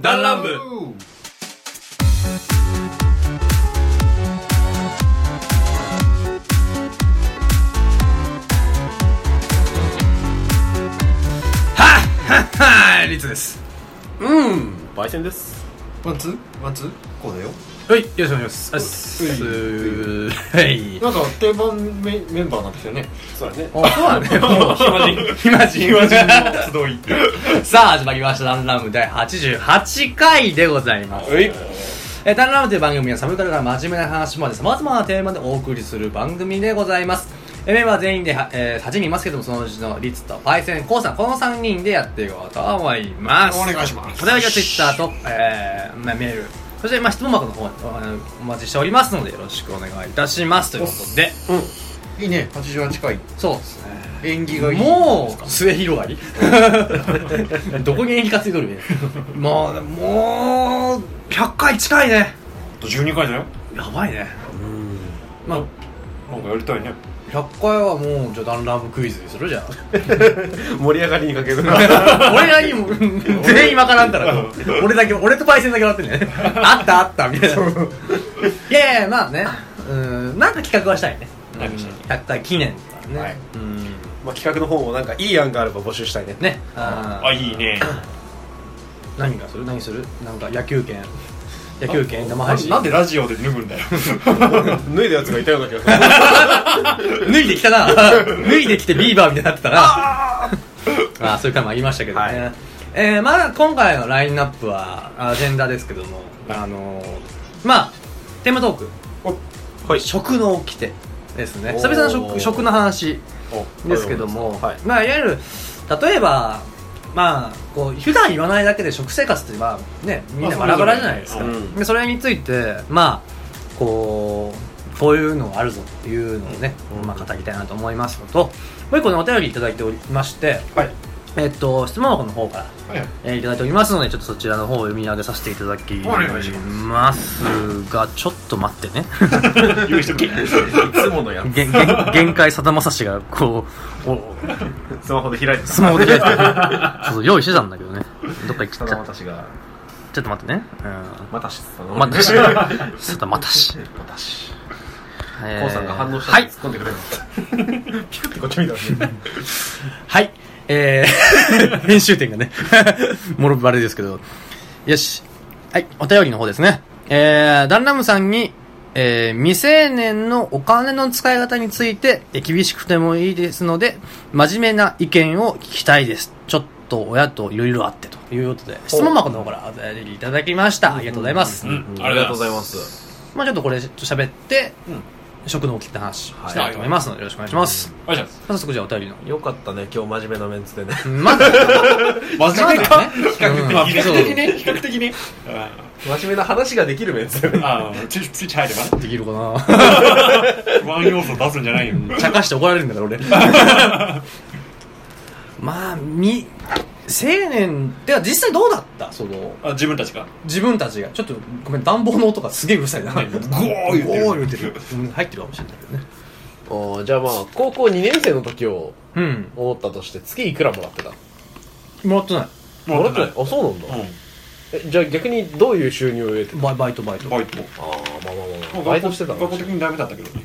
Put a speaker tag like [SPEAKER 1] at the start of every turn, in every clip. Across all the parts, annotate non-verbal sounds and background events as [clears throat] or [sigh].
[SPEAKER 1] ダンランブはいリツですうん
[SPEAKER 2] 焙煎です
[SPEAKER 3] ワンツーワンツーこうだよ
[SPEAKER 1] はいよろしくお願いします
[SPEAKER 3] はい
[SPEAKER 1] はい
[SPEAKER 3] なんか定番メメンバーなんですよね
[SPEAKER 2] そうだね
[SPEAKER 1] あそうなんだよ暇人暇人
[SPEAKER 3] 集
[SPEAKER 1] [laughs]
[SPEAKER 3] い
[SPEAKER 1] さあ始まりました「ダンラム」第88回でございます
[SPEAKER 2] はい
[SPEAKER 1] えー、タンラムという番組はサブカルから真面目な話まで様々なテーマでお送りする番組でございます。えーメンバー全員では、えー、8人いますけども、そのうちのリツとパイセン、コウさん、この3人でやっていこうと思います。
[SPEAKER 3] お願いします
[SPEAKER 1] お便りはツイッターと、えー、まあメール、そして、まあ、質問箱の方におあのお待ちしておりますので、よろしくお願いいたします。ということで、
[SPEAKER 3] いいね88回
[SPEAKER 1] そうですね。
[SPEAKER 3] 縁起がいい
[SPEAKER 1] もう末広
[SPEAKER 3] [laughs]
[SPEAKER 1] がりどこに演技担いどるねまあもう100回近いね
[SPEAKER 2] あと12回だよ
[SPEAKER 1] やばいねまあ
[SPEAKER 2] なんかやりたいね
[SPEAKER 1] 100回はもうじゃあダンラムクイズにする
[SPEAKER 2] [laughs]
[SPEAKER 1] じゃん
[SPEAKER 2] 盛り上がりにかける
[SPEAKER 1] 俺らにも全員わからんからと俺だけ俺とパイセンだけ笑ってん
[SPEAKER 2] [laughs]
[SPEAKER 1] ねあったあったみたいないやいやまあねうんなんか企画はしたいね
[SPEAKER 2] なんかした
[SPEAKER 1] 100回記念とかね、
[SPEAKER 3] はい
[SPEAKER 1] うん
[SPEAKER 4] [laughs] まあ、企画の方もなんかいい案があれば募集したいね
[SPEAKER 1] ねあー
[SPEAKER 2] あいいね
[SPEAKER 1] 何がする何するなんか野球券野球券生配信
[SPEAKER 2] なんでラジオで脱ぐんだよ
[SPEAKER 4] [laughs] 脱いだやつがいたような気がする
[SPEAKER 1] 脱いできた
[SPEAKER 4] [laughs]
[SPEAKER 1] な脱いできてビーバーみたいになってたな [laughs] まあそういう回もありましたけどね、
[SPEAKER 4] は
[SPEAKER 1] えーまあ今回のラインナップはアジェンダですけども、あのーまあテーマトーク
[SPEAKER 4] はい
[SPEAKER 1] 食の起きてですね
[SPEAKER 4] お
[SPEAKER 1] 久
[SPEAKER 4] ー
[SPEAKER 1] 々の食食の話
[SPEAKER 4] お
[SPEAKER 1] ですけども、
[SPEAKER 4] はい
[SPEAKER 1] まあいわゆる例えばまあこう普段言わないだけで食生活ってまあねみんなバラバラじゃないですか、
[SPEAKER 2] まあ
[SPEAKER 4] それぞれうん
[SPEAKER 1] でそれについてまあこうこういうのがあるぞっていうのをね、まあ、語りたいなと思いますのともう一個ねお便りいただいておりまして、
[SPEAKER 2] はい
[SPEAKER 1] えっと質問箱の方から、
[SPEAKER 2] はいはい
[SPEAKER 1] えーいただいておりますのでちょっとそちらの方を読み上げさせていただき
[SPEAKER 2] お願いし
[SPEAKER 1] ますがちょっと待ってね
[SPEAKER 2] 用意しとけ
[SPEAKER 4] いつものや
[SPEAKER 1] 限限 [laughs] 限界さだまさしがこうお
[SPEAKER 4] つスマホで [laughs] 開いてた
[SPEAKER 1] スマホで開いてたそうそう用意してたんだけどねどっか行っちゃ
[SPEAKER 4] た
[SPEAKER 1] っ
[SPEAKER 4] だ
[SPEAKER 1] た
[SPEAKER 4] 私が
[SPEAKER 1] ちょっと待ってね
[SPEAKER 4] またしてた
[SPEAKER 1] う
[SPEAKER 4] の
[SPEAKER 1] んまた
[SPEAKER 4] [laughs]
[SPEAKER 1] し
[SPEAKER 4] ま
[SPEAKER 1] さだまたし、
[SPEAKER 4] たし
[SPEAKER 1] えー
[SPEAKER 4] [laughs] コウさんが反応した
[SPEAKER 1] は
[SPEAKER 4] ら
[SPEAKER 1] い
[SPEAKER 4] 突っ込んでくれるピクってこっち見たらね
[SPEAKER 1] はい。えー、 [laughs] 編集点がね、もろバレですけど。よし。はい、お便りの方ですね。えー、ダンラムさんに、えー、未成年のお金の使い方について、えー厳しくてもいいですので、真面目な意見を聞きたいです。ちょっと親といろいろあってということで、質問箱の方からお便りいただきました。ありがとうございます。
[SPEAKER 2] うん
[SPEAKER 4] ありがとうございます
[SPEAKER 1] まあちょっとこれ、ちょっと喋って、食の起きって話したいと思いますので、よろしくお願いします。
[SPEAKER 2] お願いします
[SPEAKER 1] 早速じゃあお便
[SPEAKER 2] [laughs]
[SPEAKER 1] りの
[SPEAKER 4] よかったね今日真面目なメンツでね
[SPEAKER 1] まず、まずね、比
[SPEAKER 2] 較的
[SPEAKER 1] ね、
[SPEAKER 2] 比較的ね
[SPEAKER 4] 真面目な話ができるメンツだよね
[SPEAKER 2] ああ、ちょっとスイッチ入れば
[SPEAKER 1] できるかな。
[SPEAKER 2] 不安要素出すんじゃないよ
[SPEAKER 1] 茶化して怒られるんだから俺。
[SPEAKER 2] [laughs]
[SPEAKER 1] まあ、み、青年、では実際どうだったその、
[SPEAKER 2] あ自分たちが
[SPEAKER 1] 自分たちが、ちょっとごめん、暖房の音がすげえうるさい
[SPEAKER 2] [laughs]
[SPEAKER 1] な。ゴー
[SPEAKER 2] ー言ってる
[SPEAKER 1] 言ってる。うん入ってるかもしれないけどね。
[SPEAKER 4] おーじゃあまあ高校2年生の時を
[SPEAKER 1] うん。
[SPEAKER 4] 思ったとして月いくらもらってた
[SPEAKER 1] もらってない。
[SPEAKER 4] もらってないあそうなんだ、えじゃあ逆にどういう収入を得てた
[SPEAKER 1] バイバイトバイ
[SPEAKER 2] うん
[SPEAKER 1] ト。
[SPEAKER 2] バ
[SPEAKER 1] う
[SPEAKER 2] イト
[SPEAKER 4] ああまあまあまあまあ
[SPEAKER 2] もう
[SPEAKER 4] バイトしてたの
[SPEAKER 2] 学校的にダメだったけどね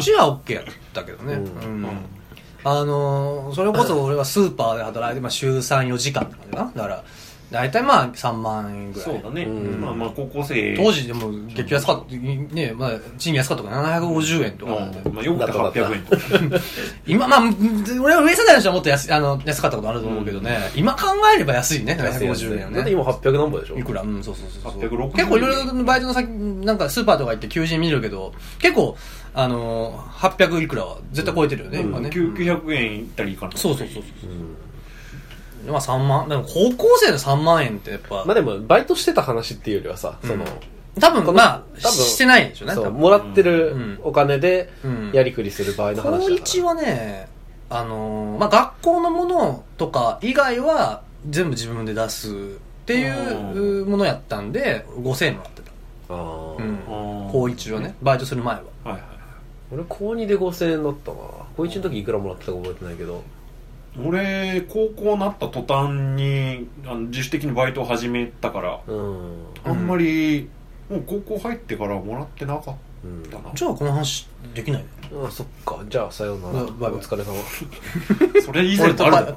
[SPEAKER 1] ちは OK やったけどね。
[SPEAKER 4] う
[SPEAKER 1] うん
[SPEAKER 2] うん
[SPEAKER 1] あのーそれこそ俺はスーパーで働いて、まあ、週34時間とかでなだから大体まあ3万円ぐらい
[SPEAKER 2] そうだね
[SPEAKER 4] うん
[SPEAKER 2] まあまあ高校生
[SPEAKER 1] 当時でも激安かったねまあ賃金安かったから750円と
[SPEAKER 2] う
[SPEAKER 1] かなんで、
[SPEAKER 2] んまあよくて800円とか
[SPEAKER 1] 今まあうん俺は上世代の人はもっと安いあの安かったことあると思うけどね、今考えれば安いね750円は
[SPEAKER 4] だって
[SPEAKER 1] ね
[SPEAKER 4] 今800何本でしょ
[SPEAKER 1] いくらうんそうそうそうそう
[SPEAKER 2] 860
[SPEAKER 1] 結構いろいろバイトの先なんかスーパーとか行って求人見るけど結構あのー、800いくらは絶対超えてるよね、今ね
[SPEAKER 2] 900円いったりいかない
[SPEAKER 1] そうそうそうそう、まあ3万でも高校生で3万円ってやっぱ、
[SPEAKER 4] まあでも、バイトしてた話っていうよりはさ、その、
[SPEAKER 1] 多分
[SPEAKER 4] この
[SPEAKER 1] まあ
[SPEAKER 4] 多分
[SPEAKER 1] してないでしょうね
[SPEAKER 4] そ
[SPEAKER 1] 多
[SPEAKER 4] う、
[SPEAKER 1] 分
[SPEAKER 4] もらって
[SPEAKER 1] うん
[SPEAKER 4] るお金で
[SPEAKER 1] うん、
[SPEAKER 4] やりくりする場合の話だから
[SPEAKER 1] 高一はねあのーまあ学校のものとか以外は全部自分で出すっていうものやったんで5000円もらってた、う
[SPEAKER 4] あー
[SPEAKER 1] ん、
[SPEAKER 2] あー
[SPEAKER 1] 高一はねバイトする前は
[SPEAKER 2] はいはい
[SPEAKER 4] 俺、高2で5000円だったな。高1の時いくらもらってたか覚えてないけど、
[SPEAKER 2] 俺高校になった途端にあの自主的にバイトを始めたから
[SPEAKER 4] うん
[SPEAKER 2] あんまり、もう高校入ってからもらってなかっ
[SPEAKER 4] うん
[SPEAKER 2] たな
[SPEAKER 1] じゃあこの話できないね
[SPEAKER 4] あそっかじゃあさようなら
[SPEAKER 1] うんバイバイ
[SPEAKER 4] お疲れ様 [laughs]
[SPEAKER 2] それ以前
[SPEAKER 1] 俺と
[SPEAKER 2] とあ
[SPEAKER 1] パ
[SPEAKER 2] るだ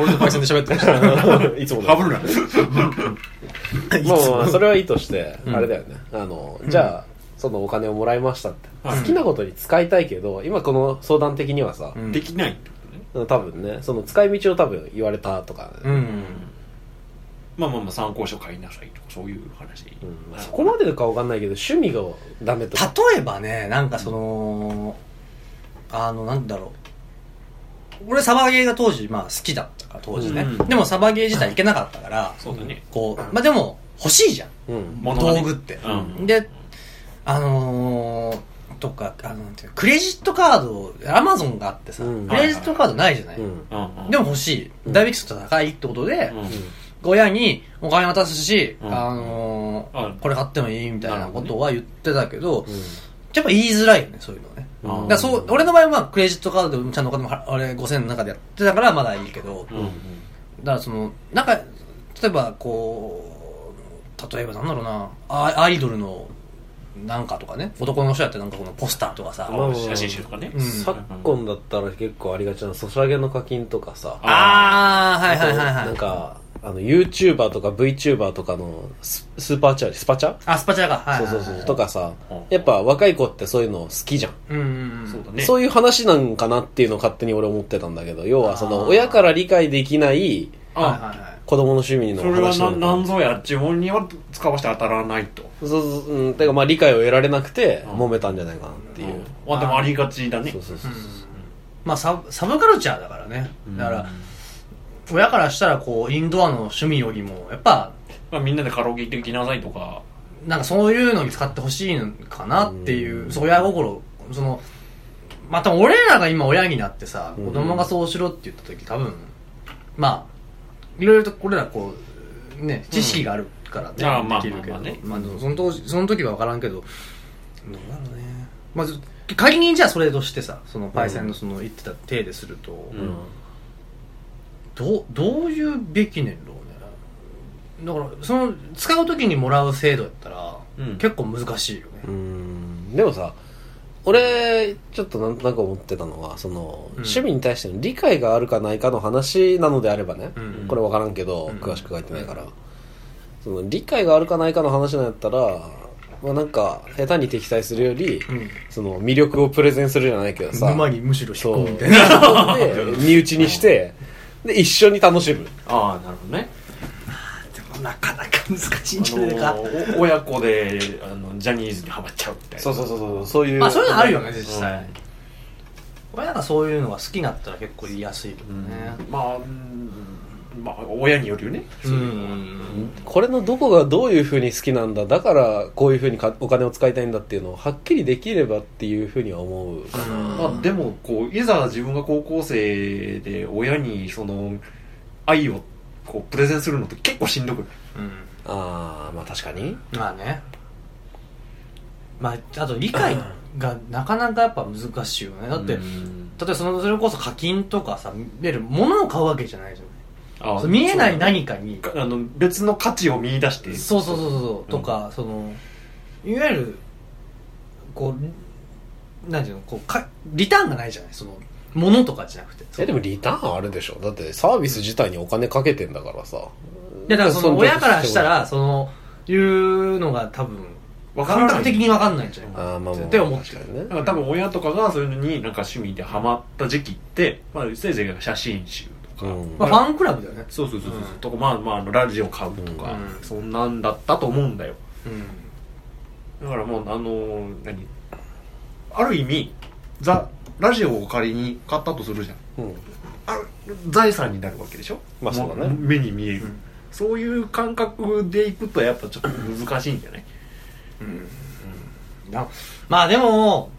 [SPEAKER 1] 俺とパイセンで喋って
[SPEAKER 4] [laughs]
[SPEAKER 1] ました
[SPEAKER 4] いつも
[SPEAKER 2] ろハ
[SPEAKER 4] だ
[SPEAKER 2] ブる
[SPEAKER 1] [laughs]
[SPEAKER 2] な
[SPEAKER 4] まあまあそれはいいとして
[SPEAKER 1] うん
[SPEAKER 4] あれだよねあのじゃあそのお金をもらいましたって
[SPEAKER 2] は
[SPEAKER 4] 好
[SPEAKER 2] い
[SPEAKER 4] きなことに使いたいけど今この相談的にはさ
[SPEAKER 1] うん
[SPEAKER 2] できないってことね
[SPEAKER 4] 多分ねその使い道を多分言われたとかね
[SPEAKER 1] う
[SPEAKER 2] うん
[SPEAKER 1] ん
[SPEAKER 2] まあまあまあ参考書買いなさいとかそういう話、
[SPEAKER 4] うんまあそこまでかわかんないけど趣味がダメとか
[SPEAKER 1] 例えばねなんかそのあのなんだろう俺サバゲーが当時、まあ、好きだったから当時ね、
[SPEAKER 2] うん
[SPEAKER 1] でもサバゲー自体行けなかったから
[SPEAKER 2] そうだね
[SPEAKER 1] こうまあでも欲しいじゃん
[SPEAKER 4] うん
[SPEAKER 2] 物がね
[SPEAKER 1] 道具って、
[SPEAKER 2] うん
[SPEAKER 1] であのーとかあのなんていうのクレジットカードアマゾンがあってさ、
[SPEAKER 4] うん
[SPEAKER 1] クレジットカードないじゃない、
[SPEAKER 4] うん
[SPEAKER 2] うんうん
[SPEAKER 1] でも欲し
[SPEAKER 4] う
[SPEAKER 1] い
[SPEAKER 4] ん
[SPEAKER 1] ダイビクスと高いってことで、
[SPEAKER 2] うん
[SPEAKER 1] 親にお金渡すし、
[SPEAKER 2] うん
[SPEAKER 1] あのー
[SPEAKER 2] あ
[SPEAKER 1] これ買ってもいいみたいなことは言ってたけど
[SPEAKER 4] うん
[SPEAKER 1] やっぱ言いづらいよねそういうのね
[SPEAKER 2] うん
[SPEAKER 1] だからそう俺の場合はまあクレジットカードでちゃんとお金もはあれ5000の中でやってたからまだいいけど、
[SPEAKER 2] うんうん
[SPEAKER 1] だからそのなんか例えばこう例えばなんだろうなアアイドルのなんかとかね男の人やってなんかこのポスターとかさ
[SPEAKER 4] まあ
[SPEAKER 2] あ写真集とかね、
[SPEAKER 1] うん
[SPEAKER 4] 昨今だったら結構ありがちなソシャゲの課金とかさ
[SPEAKER 1] ああーはいはいはい
[SPEAKER 4] なん
[SPEAKER 1] はい
[SPEAKER 4] かあの YouTuber とか VTuber とかのススーパーチャースパチャ、
[SPEAKER 1] あスパチャがはいはい
[SPEAKER 4] そう
[SPEAKER 1] はい
[SPEAKER 4] そうそうとかさ
[SPEAKER 2] うん
[SPEAKER 4] やっぱ若い子ってそういうの好きじゃん、
[SPEAKER 1] うんうんうん
[SPEAKER 2] そうだね
[SPEAKER 4] そういう話なんかなっていうのを勝手に俺思ってたんだけど要はそ
[SPEAKER 1] あー
[SPEAKER 4] の親から理解できない
[SPEAKER 1] はいはい
[SPEAKER 2] あ
[SPEAKER 1] はい
[SPEAKER 4] 子供の趣味の
[SPEAKER 2] それは
[SPEAKER 4] 話な
[SPEAKER 2] なんなん
[SPEAKER 4] だ
[SPEAKER 2] ぞや自分には使わせて当たらないと
[SPEAKER 4] そうそううんてかまあ理解を得られなくて
[SPEAKER 2] うん
[SPEAKER 4] 揉めたんじゃないかなっていう、
[SPEAKER 2] まあでもありがちだね
[SPEAKER 4] そうそうそうそう
[SPEAKER 1] まあサブサブカルチャーだからねだから親からしたらこうインドアの趣味よりもやっぱ
[SPEAKER 2] まあ、みんなでカラオケ行ってきなさいとか
[SPEAKER 1] なんかそういうのに使ってほしいのかなっていう、
[SPEAKER 4] うん
[SPEAKER 1] そう親心、その、まあ、多分俺らが今親になってさ、
[SPEAKER 4] うん
[SPEAKER 1] 子供がそうしろって言った時多分、まあ、いろいろと俺らこう、ね、知識があるから
[SPEAKER 2] うんああま
[SPEAKER 1] ね、
[SPEAKER 2] あ
[SPEAKER 1] できるけ
[SPEAKER 2] まあまあね
[SPEAKER 1] ど、まあ、でもその当時、その時は分からんけど、どうだろうね。まあ、ず仮にじゃあそれとしてさ、そのパイセンのその言ってた体ですると、
[SPEAKER 2] うん
[SPEAKER 1] どうどういうべきねんろうねだからその使う時にもらう制度やったら、
[SPEAKER 2] うん
[SPEAKER 1] 結構難しいよね
[SPEAKER 4] うーんでもさ俺ちょっとなんとなく思ってたのはその、趣味に対しての理解があるかないかの話なのであればね、
[SPEAKER 1] うん
[SPEAKER 4] これ分からんけど、
[SPEAKER 1] うん
[SPEAKER 4] 詳しく書いてないから、その理解があるかないかの話なんやったら、まあ、なんか下手に敵対するより、
[SPEAKER 1] うん
[SPEAKER 4] その魅力をプレゼンするじゃないけどさ
[SPEAKER 1] 沼にむしろ引
[SPEAKER 4] そ
[SPEAKER 1] く
[SPEAKER 4] うで
[SPEAKER 1] みたいな [laughs]
[SPEAKER 4] 身内にしてで一緒に楽しむ
[SPEAKER 2] ああなるほどね
[SPEAKER 1] なかなか難しい
[SPEAKER 2] あ
[SPEAKER 1] んじゃないか、
[SPEAKER 2] のお親子であのジャニーズにハマっちゃうみたいな
[SPEAKER 4] そうそうそうそうそういう
[SPEAKER 1] まあそういうのあるよ
[SPEAKER 4] ね
[SPEAKER 1] ね実際、親がそういうのが好きになったら結構言いやすいけど
[SPEAKER 2] うん
[SPEAKER 1] ね
[SPEAKER 2] まあうんまあ親によるよね
[SPEAKER 1] うん、
[SPEAKER 4] これのどこがどういうふうに好きなんだだからこういうふうにかお金を使いたいんだっていうのをはっきりできればっていうふうには思うかな
[SPEAKER 2] まあ、でもこういざ自分が高校生で親にその愛をこうプレゼンするのって結構しんどくない
[SPEAKER 1] うん
[SPEAKER 4] あーまあ確かに
[SPEAKER 1] まあねまああと理解がなかなかやっぱ難しいよねだって、
[SPEAKER 2] うん
[SPEAKER 1] 例えばそのそれこそ課金とかさいわゆる物を買うわけじゃないじゃ
[SPEAKER 2] あ
[SPEAKER 1] な
[SPEAKER 2] あ
[SPEAKER 1] い見えない
[SPEAKER 2] そう
[SPEAKER 1] 何かに
[SPEAKER 2] あの別の価値を見出して
[SPEAKER 1] そうそうそうそう、とかそのいわゆるこうなんていうのこうかリターンがないじゃないその物とかじゃなくて
[SPEAKER 4] えでもリターンあるでしょだってサービス自体にお金かけてんだからさ
[SPEAKER 1] いやだからその
[SPEAKER 4] んな
[SPEAKER 1] 親からしたらそのいうのが多分
[SPEAKER 2] わから
[SPEAKER 1] 感
[SPEAKER 2] な
[SPEAKER 1] 覚
[SPEAKER 2] い
[SPEAKER 1] 的に分かんないんじゃない
[SPEAKER 4] あーまあまあ
[SPEAKER 1] って思ってる
[SPEAKER 4] 確かに
[SPEAKER 2] だか
[SPEAKER 4] ね
[SPEAKER 2] ら多分親とかがそういうのになんか趣味でハマった時期って、まあ、せいぜい写真集とか、
[SPEAKER 4] うん
[SPEAKER 1] まあ、ファンクラブだよね
[SPEAKER 2] そうそうそうそう、
[SPEAKER 1] うん
[SPEAKER 2] とかまあまああのラジオ買うとか、
[SPEAKER 1] うん
[SPEAKER 2] そんなんだったと思うんだよ
[SPEAKER 1] うん
[SPEAKER 2] だからもうあのー何ある意味ザラジオを仮に買ったとするじゃん
[SPEAKER 4] うん
[SPEAKER 2] あ財産になるわけでしょ
[SPEAKER 4] まあそうだね
[SPEAKER 2] も目に見える、そういう感覚でいくとやっぱちょっと難しいんじゃない
[SPEAKER 1] なまあでも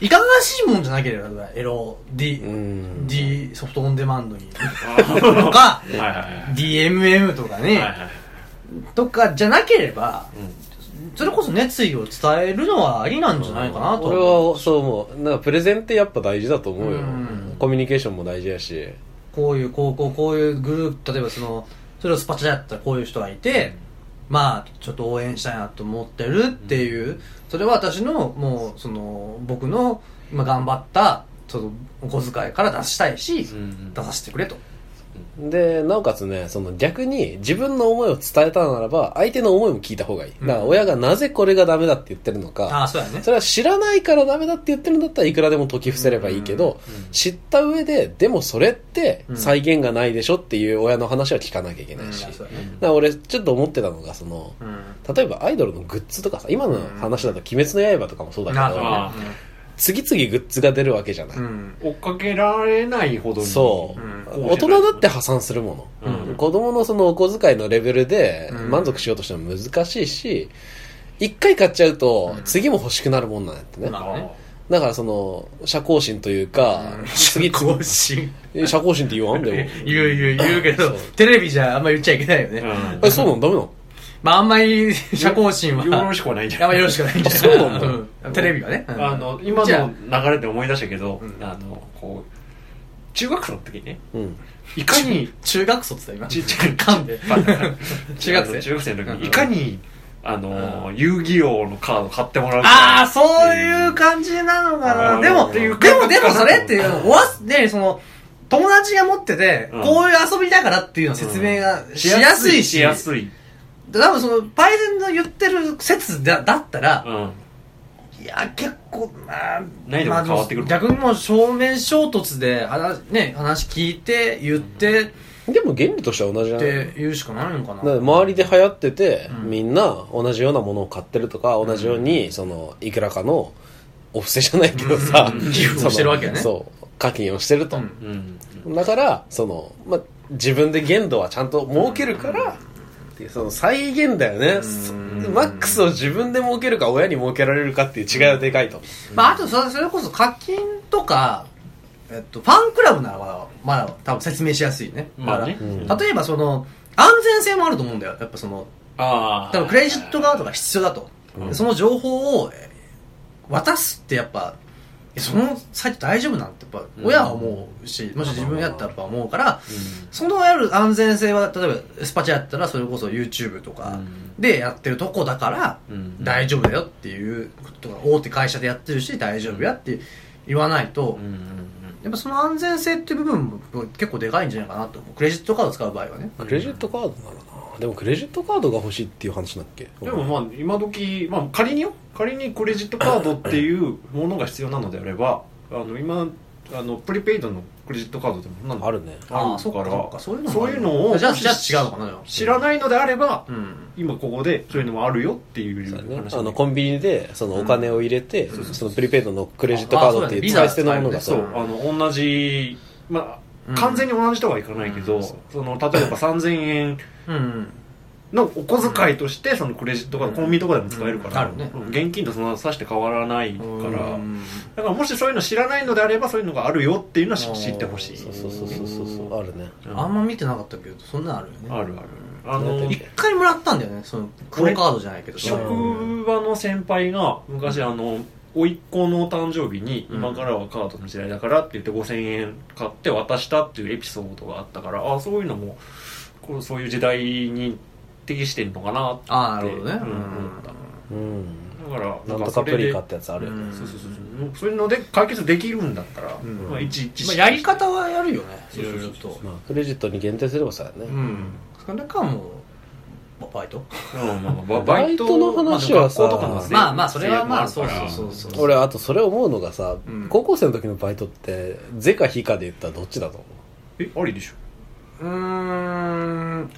[SPEAKER 1] いかがわしいもんじゃなければエロ D、
[SPEAKER 4] うん、
[SPEAKER 1] D ソフトオンデマンドに
[SPEAKER 2] は
[SPEAKER 1] とか
[SPEAKER 2] いはいは
[SPEAKER 1] DMM とか
[SPEAKER 2] い
[SPEAKER 1] ね、
[SPEAKER 2] はいはい
[SPEAKER 1] とかじゃなければ
[SPEAKER 2] うん
[SPEAKER 1] それこそ熱意を伝えるのはありなんじゃないかなと
[SPEAKER 4] 俺はそう思うなんかプレゼンってやっぱ大事だと思うよ、
[SPEAKER 1] うん
[SPEAKER 4] コミュニケーションも大事やし
[SPEAKER 1] こういうこうこうこういうグループ例えばそのそれをスパチャだったらこういう人がいて、まあちょっと応援したいなと思ってるっていう、それは私のもうその僕の今頑張ったそのお小遣いから出したいし、
[SPEAKER 2] ん
[SPEAKER 1] 出させてくれと
[SPEAKER 4] で、なおかつね、その逆に自分の思いを伝えたならば、相手の思いも聞いた方がいい。だから親がなぜこれがダメだって言ってるの
[SPEAKER 1] あ
[SPEAKER 4] か、
[SPEAKER 1] あそうやね
[SPEAKER 4] それは知らないからダメだって言ってるんだったらいくらでも解き伏せればいいけど、知った上で、でもそれって
[SPEAKER 1] うん
[SPEAKER 4] 再現がないでしょっていう親の話は聞かなきゃいけ
[SPEAKER 1] う
[SPEAKER 4] なんいし。
[SPEAKER 1] あそうやね
[SPEAKER 4] だから俺ちょっと思ってたのが、その、
[SPEAKER 1] うん
[SPEAKER 4] 例えばアイドルのグッズとかさ、今の話だと鬼滅の刃とかもそうだけ
[SPEAKER 1] なる
[SPEAKER 4] ど、
[SPEAKER 1] ほ
[SPEAKER 2] あ
[SPEAKER 4] 次々グッズが出るわけじゃない。
[SPEAKER 1] どねうん
[SPEAKER 2] 追っかけられないほどに
[SPEAKER 4] そう、
[SPEAKER 1] う
[SPEAKER 4] 大人だって破産するもの。
[SPEAKER 2] うん
[SPEAKER 4] 子供のそのお小遣いのレベルで
[SPEAKER 1] うん
[SPEAKER 4] 満足しようとしても難しいし、一回買っちゃうと
[SPEAKER 1] うん
[SPEAKER 4] 次も欲しくなるもんなんやってね。
[SPEAKER 1] まあね
[SPEAKER 4] だからその、社交心というか、次々
[SPEAKER 1] 更新
[SPEAKER 4] え社交心って言わん
[SPEAKER 1] [laughs]
[SPEAKER 4] でも。
[SPEAKER 1] 言う言う言うけどテレビじゃあんま言っちゃいけないよね、
[SPEAKER 2] うん
[SPEAKER 4] え、そうなのダメなの
[SPEAKER 1] まああんまり社交心は
[SPEAKER 2] よろしくはないんじゃ
[SPEAKER 1] [laughs] あんま
[SPEAKER 2] な
[SPEAKER 1] り
[SPEAKER 2] い
[SPEAKER 1] よろしくないんじゃない
[SPEAKER 4] あそうなんだ
[SPEAKER 1] んテレビはね、うん
[SPEAKER 2] あの今
[SPEAKER 1] じゃあ
[SPEAKER 2] の流れで思い出したけど、
[SPEAKER 1] うん
[SPEAKER 2] あのこう中学生の時にね
[SPEAKER 4] うん。
[SPEAKER 2] いかに
[SPEAKER 1] 中学卒だ今
[SPEAKER 2] ちち
[SPEAKER 1] 噛んで中学
[SPEAKER 2] あの
[SPEAKER 1] 生
[SPEAKER 2] 中学生の時
[SPEAKER 1] うん
[SPEAKER 2] にいかにあの、遊戯王のカード買ってもらう
[SPEAKER 1] [laughs] ああそういう感じなのかな、
[SPEAKER 2] うん
[SPEAKER 1] で
[SPEAKER 2] っ
[SPEAKER 1] も
[SPEAKER 2] て
[SPEAKER 1] で
[SPEAKER 2] い
[SPEAKER 1] も
[SPEAKER 2] う
[SPEAKER 1] で
[SPEAKER 2] 感
[SPEAKER 1] も
[SPEAKER 2] 覚かな
[SPEAKER 1] それっておわすねその友達が持ってて、
[SPEAKER 2] うん
[SPEAKER 1] こういう遊びだからっていうの説明が
[SPEAKER 2] う
[SPEAKER 1] しやすいし、
[SPEAKER 2] しやすい、
[SPEAKER 1] 多分その、パイセンの言ってる説だだったら、
[SPEAKER 2] うん、
[SPEAKER 1] いや、結構、まあ、
[SPEAKER 2] 難易度が変わってくる
[SPEAKER 1] まあでも逆にもう正面衝突で話、ね、話聞いて、言って、っ
[SPEAKER 4] でも原理としては同じじゃない
[SPEAKER 1] て言うしかないのかな。
[SPEAKER 4] だから周りで流行ってて、
[SPEAKER 1] うん
[SPEAKER 4] みんな同じようなものを買ってるとか、同じように、その、いくらかの、お布施じゃないけどさ、
[SPEAKER 1] うん寄付をしてるわけね
[SPEAKER 4] そのそう、課金をしてると。
[SPEAKER 1] うん
[SPEAKER 2] うん、
[SPEAKER 4] だから、その、ま、自分で限度はちゃんと設けるから、っていうその再現だよね。
[SPEAKER 1] ん
[SPEAKER 4] マックスを自分で設けるか、親に設けられるかっていう違いはでかいと。
[SPEAKER 1] まあ、あとそれ、それこそ課金とか、えっと、ファンクラブならまだ、まだ多分説明しやすいね。
[SPEAKER 2] まあね
[SPEAKER 1] だ
[SPEAKER 4] うん
[SPEAKER 1] から例えばその、安全性もあると思うんだよ。やっぱその、
[SPEAKER 2] ああ
[SPEAKER 1] 多分クレジットカードが必要だと、
[SPEAKER 4] うん
[SPEAKER 1] その情報をえー渡すってやっぱえそのサイト大丈夫なんてやっぱ
[SPEAKER 2] うん
[SPEAKER 1] 親は思うし、もし自分やったらやっぱ思うから、そのやる安全性は例えばスパチャやったらそれこそ YouTube とかでやってるとこだから
[SPEAKER 2] うん
[SPEAKER 1] 大丈夫だよっていうことが大手会社でやってるし大丈夫やって言わないと、
[SPEAKER 2] うんうん
[SPEAKER 1] やっぱその安全性っていう部分も結構でかいんじゃないかなと思うクレジットカード使う場合はね、
[SPEAKER 4] クレジットカードなのかなでもクレジットカードが欲しいっていう話だっけ
[SPEAKER 2] うんでもまあ今時まあ仮によ仮にクレジットカードっていうものが必要なのであればあの今あのプリペイドのクレジットカードでもそんなの
[SPEAKER 4] あるね。
[SPEAKER 2] ある
[SPEAKER 1] そっ
[SPEAKER 2] か
[SPEAKER 1] かそっからそういうのも
[SPEAKER 2] そういうのを
[SPEAKER 1] じゃあじゃあ違うのかなじゃあ
[SPEAKER 2] 知らないのであれば
[SPEAKER 1] うん
[SPEAKER 2] 今ここでそういうのもあるよっていう
[SPEAKER 4] そうだね
[SPEAKER 2] 話
[SPEAKER 4] あのコンビニでそのお金を入れて、そのプリペイドのクレジット
[SPEAKER 1] あ
[SPEAKER 4] カードってい
[SPEAKER 1] そうだ
[SPEAKER 4] う
[SPEAKER 1] ね
[SPEAKER 4] 使い捨てのものが
[SPEAKER 1] ビザ
[SPEAKER 4] そ
[SPEAKER 2] そううあの同じま
[SPEAKER 1] うん
[SPEAKER 2] あ完全に同じとはいかないけど、
[SPEAKER 1] うん
[SPEAKER 2] その例えば3000円
[SPEAKER 1] うん
[SPEAKER 2] のお小遣いとしてそのクレジットカード、コンビニとかでも使えるから、
[SPEAKER 1] うんあるね
[SPEAKER 2] 現金とそんな差して変わらないから、
[SPEAKER 1] うん
[SPEAKER 2] だからもしそういうの知らないのであればそういうのがあるよっていうのは知
[SPEAKER 1] あー
[SPEAKER 2] 知ってほしい
[SPEAKER 4] そうそうそうそうそうあるね
[SPEAKER 2] うん
[SPEAKER 1] あんま見てなかったけどそんなのあるよね
[SPEAKER 2] あるあるあの
[SPEAKER 1] 一回もらったんだよねそのクオカードじゃないけど
[SPEAKER 2] 職場の先輩が昔あの甥っ子のお誕生日に
[SPEAKER 1] うん
[SPEAKER 2] 今からはカードの時代だからって言って5000円買って渡したっていうエピソードがあったからああそういうのもこうそういう時代に適してんのかなって
[SPEAKER 1] ああなるほどね
[SPEAKER 2] うん
[SPEAKER 1] うん
[SPEAKER 4] うん
[SPEAKER 2] だから
[SPEAKER 4] なん
[SPEAKER 2] か
[SPEAKER 4] と
[SPEAKER 2] そ
[SPEAKER 4] か
[SPEAKER 2] れ
[SPEAKER 4] プ
[SPEAKER 2] で
[SPEAKER 4] リカってやつあるよね、
[SPEAKER 1] うん
[SPEAKER 2] そうそうそうそうもうそういうので解決できるんだったら、
[SPEAKER 1] ん
[SPEAKER 2] まあ、いちいち
[SPEAKER 1] まあやり方はやるよねい
[SPEAKER 2] そう
[SPEAKER 1] ろ
[SPEAKER 2] そう
[SPEAKER 1] い
[SPEAKER 2] そ
[SPEAKER 1] ろ
[SPEAKER 2] うそ
[SPEAKER 1] と
[SPEAKER 2] う
[SPEAKER 4] まあ、クレジットに限定すればさね、
[SPEAKER 1] うんそれかもうまあバイト
[SPEAKER 2] うんまあまあバ
[SPEAKER 4] バイトの話はさ
[SPEAKER 2] まあ学校とかの制
[SPEAKER 1] まあまあそれはまあ
[SPEAKER 2] 制
[SPEAKER 1] そう
[SPEAKER 2] 約もるから
[SPEAKER 1] そうそうそう
[SPEAKER 4] 俺あとそれ思うのがさ、
[SPEAKER 1] うん
[SPEAKER 4] 高校生の時のバイトって是か非かで言ったらどっちだと思
[SPEAKER 2] えありでしょ
[SPEAKER 1] うーん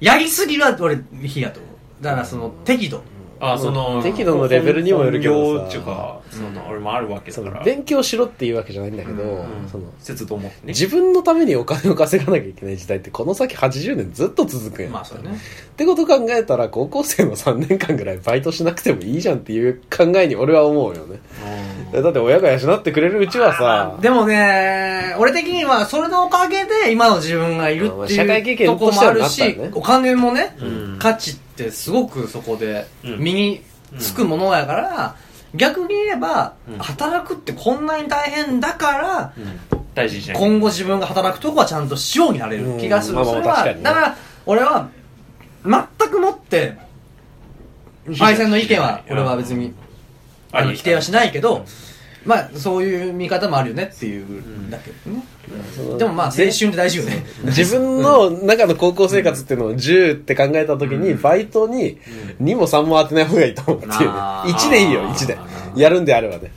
[SPEAKER 1] やりすぎは俺非やと思うだからその適度
[SPEAKER 2] あ
[SPEAKER 4] その適度のレベルにもよるけど
[SPEAKER 2] 本業
[SPEAKER 4] さ
[SPEAKER 2] っていうかその俺もあるわけ
[SPEAKER 4] う
[SPEAKER 2] だ
[SPEAKER 4] そ
[SPEAKER 2] か
[SPEAKER 4] の
[SPEAKER 2] ら
[SPEAKER 4] 勉強しろっていうわけじゃないんだけど、
[SPEAKER 2] うん
[SPEAKER 4] その
[SPEAKER 2] 節度を持ってね
[SPEAKER 4] 自分のためにお金を稼がなきゃいけない時代ってこの先80年ずっと続くやん、
[SPEAKER 1] まあそうだね
[SPEAKER 4] ってこと考えたら高校生の3年間ぐらいバイトしなくてもいいじゃんっていう考えに俺は思うよねだって親が養ってくれるうちはさ
[SPEAKER 1] でもね、俺的にはそれのおかげで今の自分がいる
[SPEAKER 4] ま
[SPEAKER 1] っ
[SPEAKER 4] あ
[SPEAKER 1] て
[SPEAKER 4] 社会
[SPEAKER 1] い
[SPEAKER 4] 経
[SPEAKER 1] うと
[SPEAKER 4] 験
[SPEAKER 1] こと
[SPEAKER 4] し
[SPEAKER 1] も
[SPEAKER 4] て
[SPEAKER 1] あ
[SPEAKER 4] は
[SPEAKER 1] る
[SPEAKER 4] なった
[SPEAKER 1] し
[SPEAKER 4] よね、
[SPEAKER 1] お金もね、
[SPEAKER 2] うん
[SPEAKER 1] 価値ってすごくそこで
[SPEAKER 2] うん
[SPEAKER 1] 身につくものやから、逆に言えば
[SPEAKER 2] うん
[SPEAKER 1] 働くってこんなに大変だから、
[SPEAKER 2] うん大事にしないと
[SPEAKER 1] 今後自分が働くとこはちゃんとしようになれる気がする、
[SPEAKER 4] うんまあ
[SPEAKER 1] そ
[SPEAKER 4] まあ
[SPEAKER 1] れは、
[SPEAKER 4] 確かにね
[SPEAKER 1] だから俺は全くもって敗戦の意見は俺は別にあの否定はしないけど、まあそういう見方もあるよねっていうだけどね、でもまあ青春って大事よね [laughs]
[SPEAKER 4] 自分の中の高校生活っていうのを10って考えた時に、バイトに2も3も当てない方がいいと思うっていうね。
[SPEAKER 1] あー
[SPEAKER 4] 1でいいよ、1で
[SPEAKER 2] あ。
[SPEAKER 4] やるんであればね。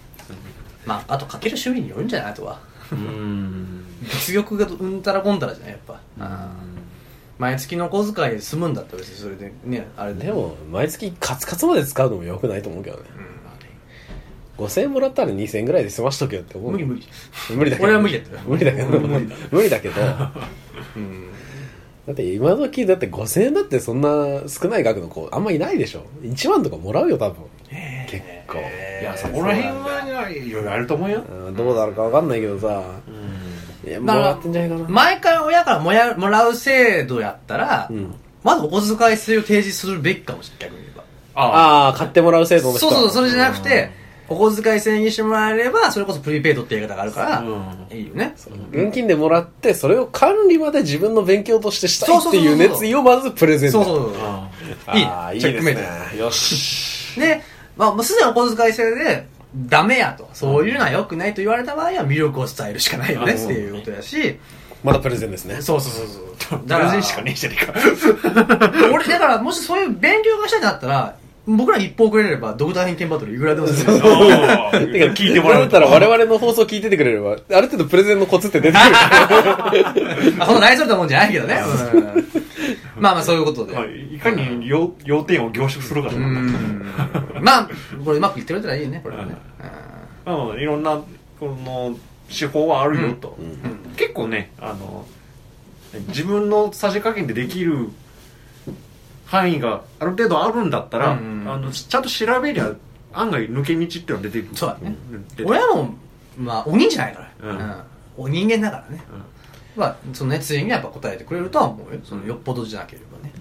[SPEAKER 1] まああとかける趣味によるんじゃないあとは
[SPEAKER 2] うん
[SPEAKER 1] 実力がうんたらこんたらじゃないやっぱ、毎月の小遣いで済むんだったら別にそれでねあれ
[SPEAKER 4] でも、毎月カツカツまで使うのも良くないと思うけどね。5000円もらったら2000円ぐらいで済ましとけよって思う。
[SPEAKER 1] 無理無理
[SPEAKER 4] 無理だけど。
[SPEAKER 1] 俺は無理だったよ
[SPEAKER 4] 無理だけど。無理だけど。だって今時、だって5000円だってそんな少ない額の子あんまいないでしょ。1万とかもらうよ、多分。結構。
[SPEAKER 5] いや、そこら辺はいろいろあると思うよ。
[SPEAKER 4] うんどうだろうかわかんないけどさ。いや、もらってんじゃないかな。
[SPEAKER 1] 毎回親からもやもらう制度やったら、
[SPEAKER 4] うん。
[SPEAKER 1] まずお小遣い制を提示するべきかもしれない逆に言えば
[SPEAKER 2] ああ
[SPEAKER 4] ああ、買ってもらう制度
[SPEAKER 1] そう
[SPEAKER 4] の人。
[SPEAKER 1] そうそれじゃなくて、お小遣い制にしてもらえればそれこそプリペイドって言い方があるから、
[SPEAKER 2] う
[SPEAKER 1] いいよね
[SPEAKER 4] 現金でもらって、それを管理まで自分の勉強としてしたいっていう
[SPEAKER 1] そうそうそうそう
[SPEAKER 4] 熱意をまずプレゼン
[SPEAKER 1] そ
[SPEAKER 4] ト。
[SPEAKER 1] うそうそう
[SPEAKER 2] ああ
[SPEAKER 1] いい
[SPEAKER 4] ああ、いい
[SPEAKER 1] チェ
[SPEAKER 4] で
[SPEAKER 1] ック
[SPEAKER 4] す
[SPEAKER 1] メイ
[SPEAKER 4] ね
[SPEAKER 1] ト。
[SPEAKER 4] よし。
[SPEAKER 1] で、まあ、もうすでにお小遣い制で、ダメやと。そういうのは良くないと言われた場合は魅力を伝えるしかないよね
[SPEAKER 4] う
[SPEAKER 1] っ
[SPEAKER 4] ん
[SPEAKER 1] ていうことやし、
[SPEAKER 4] まだプレゼンですね。
[SPEAKER 1] そうそうそうそう。
[SPEAKER 2] だ
[SPEAKER 1] だ
[SPEAKER 2] か
[SPEAKER 1] からら、
[SPEAKER 2] しかねえじゃねえか
[SPEAKER 1] 俺、だから、もしそういう勉強がしたいんだったら、僕らに一報くれれば、ドクター偏見バトルいくらでもするよ。
[SPEAKER 2] ああ
[SPEAKER 4] てか
[SPEAKER 2] 聞 [laughs] いてもら
[SPEAKER 4] だ
[SPEAKER 2] う
[SPEAKER 4] ったら我々の放送聞いててくれれば、ある程度プレゼンのコツって出てくる。
[SPEAKER 1] あ、そんな大それたもんじゃないけどね。うんまあまあ、そういうことで。
[SPEAKER 2] まあいかに要要点を凝縮するかと
[SPEAKER 1] う
[SPEAKER 2] かね
[SPEAKER 1] ん。まあ、これうまくいってくれたらいいね、これはね。
[SPEAKER 2] まあまあいろんなこの手法はあるよと、結構ねあの自分のさじ加減でできる範囲がある程度あるんだったら、
[SPEAKER 1] うんうん
[SPEAKER 2] あのちゃんと調べりゃ案外抜け道っていうのは出てくる
[SPEAKER 1] そうだね
[SPEAKER 2] ん出て
[SPEAKER 1] うん
[SPEAKER 2] くる
[SPEAKER 1] 俺はもう、まあ、鬼じゃないから。
[SPEAKER 2] うん
[SPEAKER 1] うんお人間だからね。
[SPEAKER 2] うん
[SPEAKER 1] まあ、その熱意にやっぱ答えてくれるとは思うよ。そのよっぽどじゃなければね。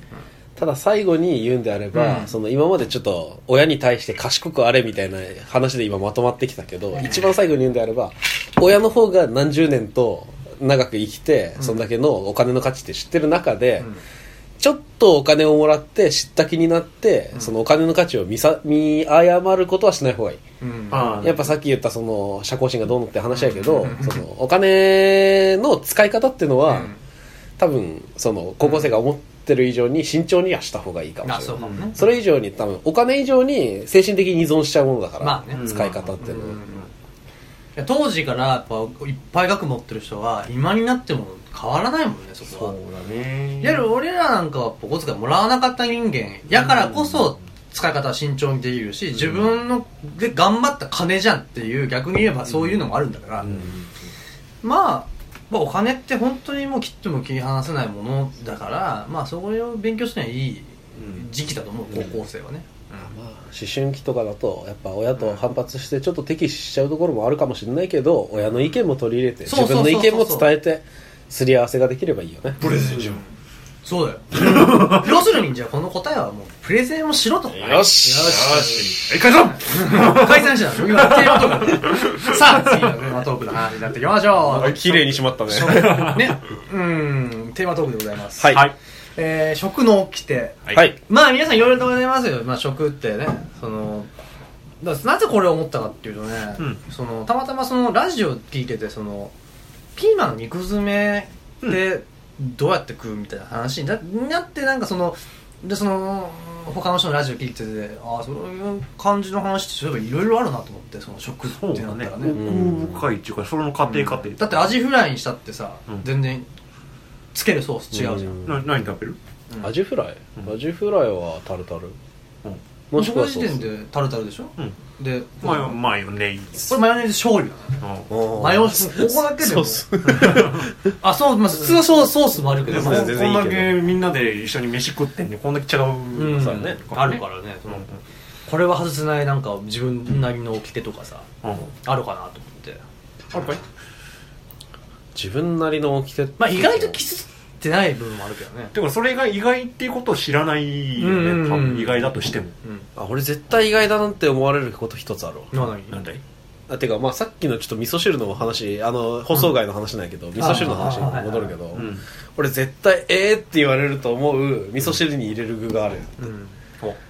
[SPEAKER 4] ただ最後に言うんであれば、
[SPEAKER 1] うん
[SPEAKER 4] その今までちょっと親に対して賢くあれみたいな話で今まとまってきたけど、一番最後に言うんであれば親の方が何十年と長く生きて、そんだけのお金の価値って知ってる中で、
[SPEAKER 1] ん
[SPEAKER 4] ちょっとお金をもらって知った気になって、そのお金の価値を見さ見誤ることはしない方がいい。
[SPEAKER 1] うん
[SPEAKER 2] ああ
[SPEAKER 4] やっぱさっき言ったその社交心がどうのって話やけど、そのお金の使い方っていうのは、多分その高校生が思ってる以上に慎重にはした方がいいかもしれな
[SPEAKER 1] あ、
[SPEAKER 4] い。
[SPEAKER 1] そうかもね。
[SPEAKER 4] それ以上に多分お金以上に精神的に依存しちゃうものだから、
[SPEAKER 1] まあね
[SPEAKER 4] 使い方っていうのは、
[SPEAKER 1] いや当時からやっぱいっぱい額持ってる人は今になっても変わらないもんねそこは
[SPEAKER 2] そうだね
[SPEAKER 1] いわゆる俺らなんかはお小遣いもらわなかった人間やからこそ使い方は慎重にできるし自分ので頑張った金じゃんっていう逆に言えばそういうのもあるんだから、まあ、まあお金って本当にもう切っても切り離せないものだからまあそこを勉強するにはいい時期だと思う高校生はね、
[SPEAKER 4] まあ思春期とかだとやっぱ親と反発してちょっと敵視しちゃうところもあるかもしれないけど親の意見も取り入れて
[SPEAKER 1] そう
[SPEAKER 4] 自
[SPEAKER 1] そうそ
[SPEAKER 4] 分
[SPEAKER 1] う
[SPEAKER 4] の
[SPEAKER 1] そう
[SPEAKER 4] 意見も伝えてすり合わせができればいいよね
[SPEAKER 2] プレゼンじゃん
[SPEAKER 1] そうだよ [laughs] 要するにじゃあこの答えはもうプレゼンをしろと
[SPEAKER 4] よし
[SPEAKER 1] よし
[SPEAKER 2] よしはい解散
[SPEAKER 1] 解散したの今テーマトー [laughs] クさあ次のテーマトークの話になっていきましょう
[SPEAKER 4] 綺麗にしまったね
[SPEAKER 2] [laughs]
[SPEAKER 1] ねうんテーマトークでございます
[SPEAKER 4] はいはい、
[SPEAKER 1] えー、食の起きて
[SPEAKER 4] はい
[SPEAKER 1] まあ皆さんいろいろとございますよ、まあ、食ってねそのだなぜこれを思ったかっていうとね、
[SPEAKER 2] うん
[SPEAKER 1] そのたまたまそのラジオ聞いててそのピーマンの肉詰めってどうやって食うみたいな話になになってなんかそのでその他の人のラジオ聞いててああそういう感じの話ってそういえばいろいろあるなと思ってその食って
[SPEAKER 2] そう
[SPEAKER 1] な
[SPEAKER 2] だ
[SPEAKER 1] っ
[SPEAKER 2] ね
[SPEAKER 1] たらね
[SPEAKER 2] 奥深いっていうかその過程過程
[SPEAKER 1] だってアジフライにしたってさ、
[SPEAKER 2] うん
[SPEAKER 1] 全然つけるソース違うじゃん、
[SPEAKER 2] な何食べる
[SPEAKER 4] アジフライ、
[SPEAKER 2] うん
[SPEAKER 4] アジフライはタルタル、
[SPEAKER 2] うん
[SPEAKER 4] もし
[SPEAKER 1] そ
[SPEAKER 4] く
[SPEAKER 1] この
[SPEAKER 4] は
[SPEAKER 1] 時
[SPEAKER 4] ソース
[SPEAKER 1] 点でタルタルでしょ、
[SPEAKER 2] うん
[SPEAKER 1] で、
[SPEAKER 2] マヨマヨネイズ
[SPEAKER 1] これマヨネーズ醤油だね
[SPEAKER 2] う
[SPEAKER 4] うん
[SPEAKER 1] マヨネーズここだけでも [laughs] あそう、まあ、普通はソースソースもあるけ
[SPEAKER 2] ん
[SPEAKER 1] ど
[SPEAKER 2] でも
[SPEAKER 1] も
[SPEAKER 4] 全然いい
[SPEAKER 2] こんだ
[SPEAKER 4] けど
[SPEAKER 2] けみんなで一緒に飯食ってんねこんだけ違
[SPEAKER 1] う
[SPEAKER 2] うんさね
[SPEAKER 1] あるからねそのこれは外せないなんか自分なりの掟とかさ
[SPEAKER 2] うん
[SPEAKER 1] あるかなと思って
[SPEAKER 2] あるかい
[SPEAKER 4] 自分なりの掟
[SPEAKER 1] まあ意外と気づいてない部分もあるけどね
[SPEAKER 2] でもそれが意外っていうことを知らないよ
[SPEAKER 1] うんうんう
[SPEAKER 2] ね
[SPEAKER 1] ん
[SPEAKER 2] 多分意外だとしても
[SPEAKER 1] うん
[SPEAKER 4] あ俺絶対意外だなって思われること一つあるわ
[SPEAKER 1] 今何
[SPEAKER 2] なんだい
[SPEAKER 4] あてかまあさっきのちょっと味噌汁のお話あの放送外の話なんやけど、味噌汁の話に戻るけど、俺絶対ええって言われると思う味噌汁に入れる具がある、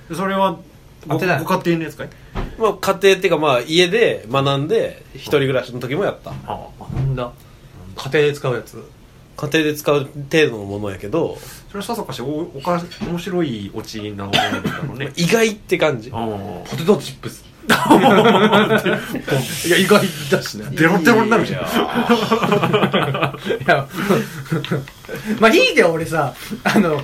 [SPEAKER 2] でそれはご
[SPEAKER 1] 当てない
[SPEAKER 2] ご家庭のやつかい
[SPEAKER 4] まあ、家庭っていうかまあ家で学んで一人暮らしの時もやった
[SPEAKER 2] ああ
[SPEAKER 1] なんだ家庭で使うやつ
[SPEAKER 4] 家庭で使う程度のものやけど
[SPEAKER 2] それはさぞかしおおか面白いオチなのかも
[SPEAKER 1] [laughs]
[SPEAKER 2] ね
[SPEAKER 4] 意外って感じ
[SPEAKER 2] ああ
[SPEAKER 1] ポテトチップスいや意外だしね
[SPEAKER 2] デロデロになるじゃん
[SPEAKER 1] いや [laughs] まあいいけど俺さあの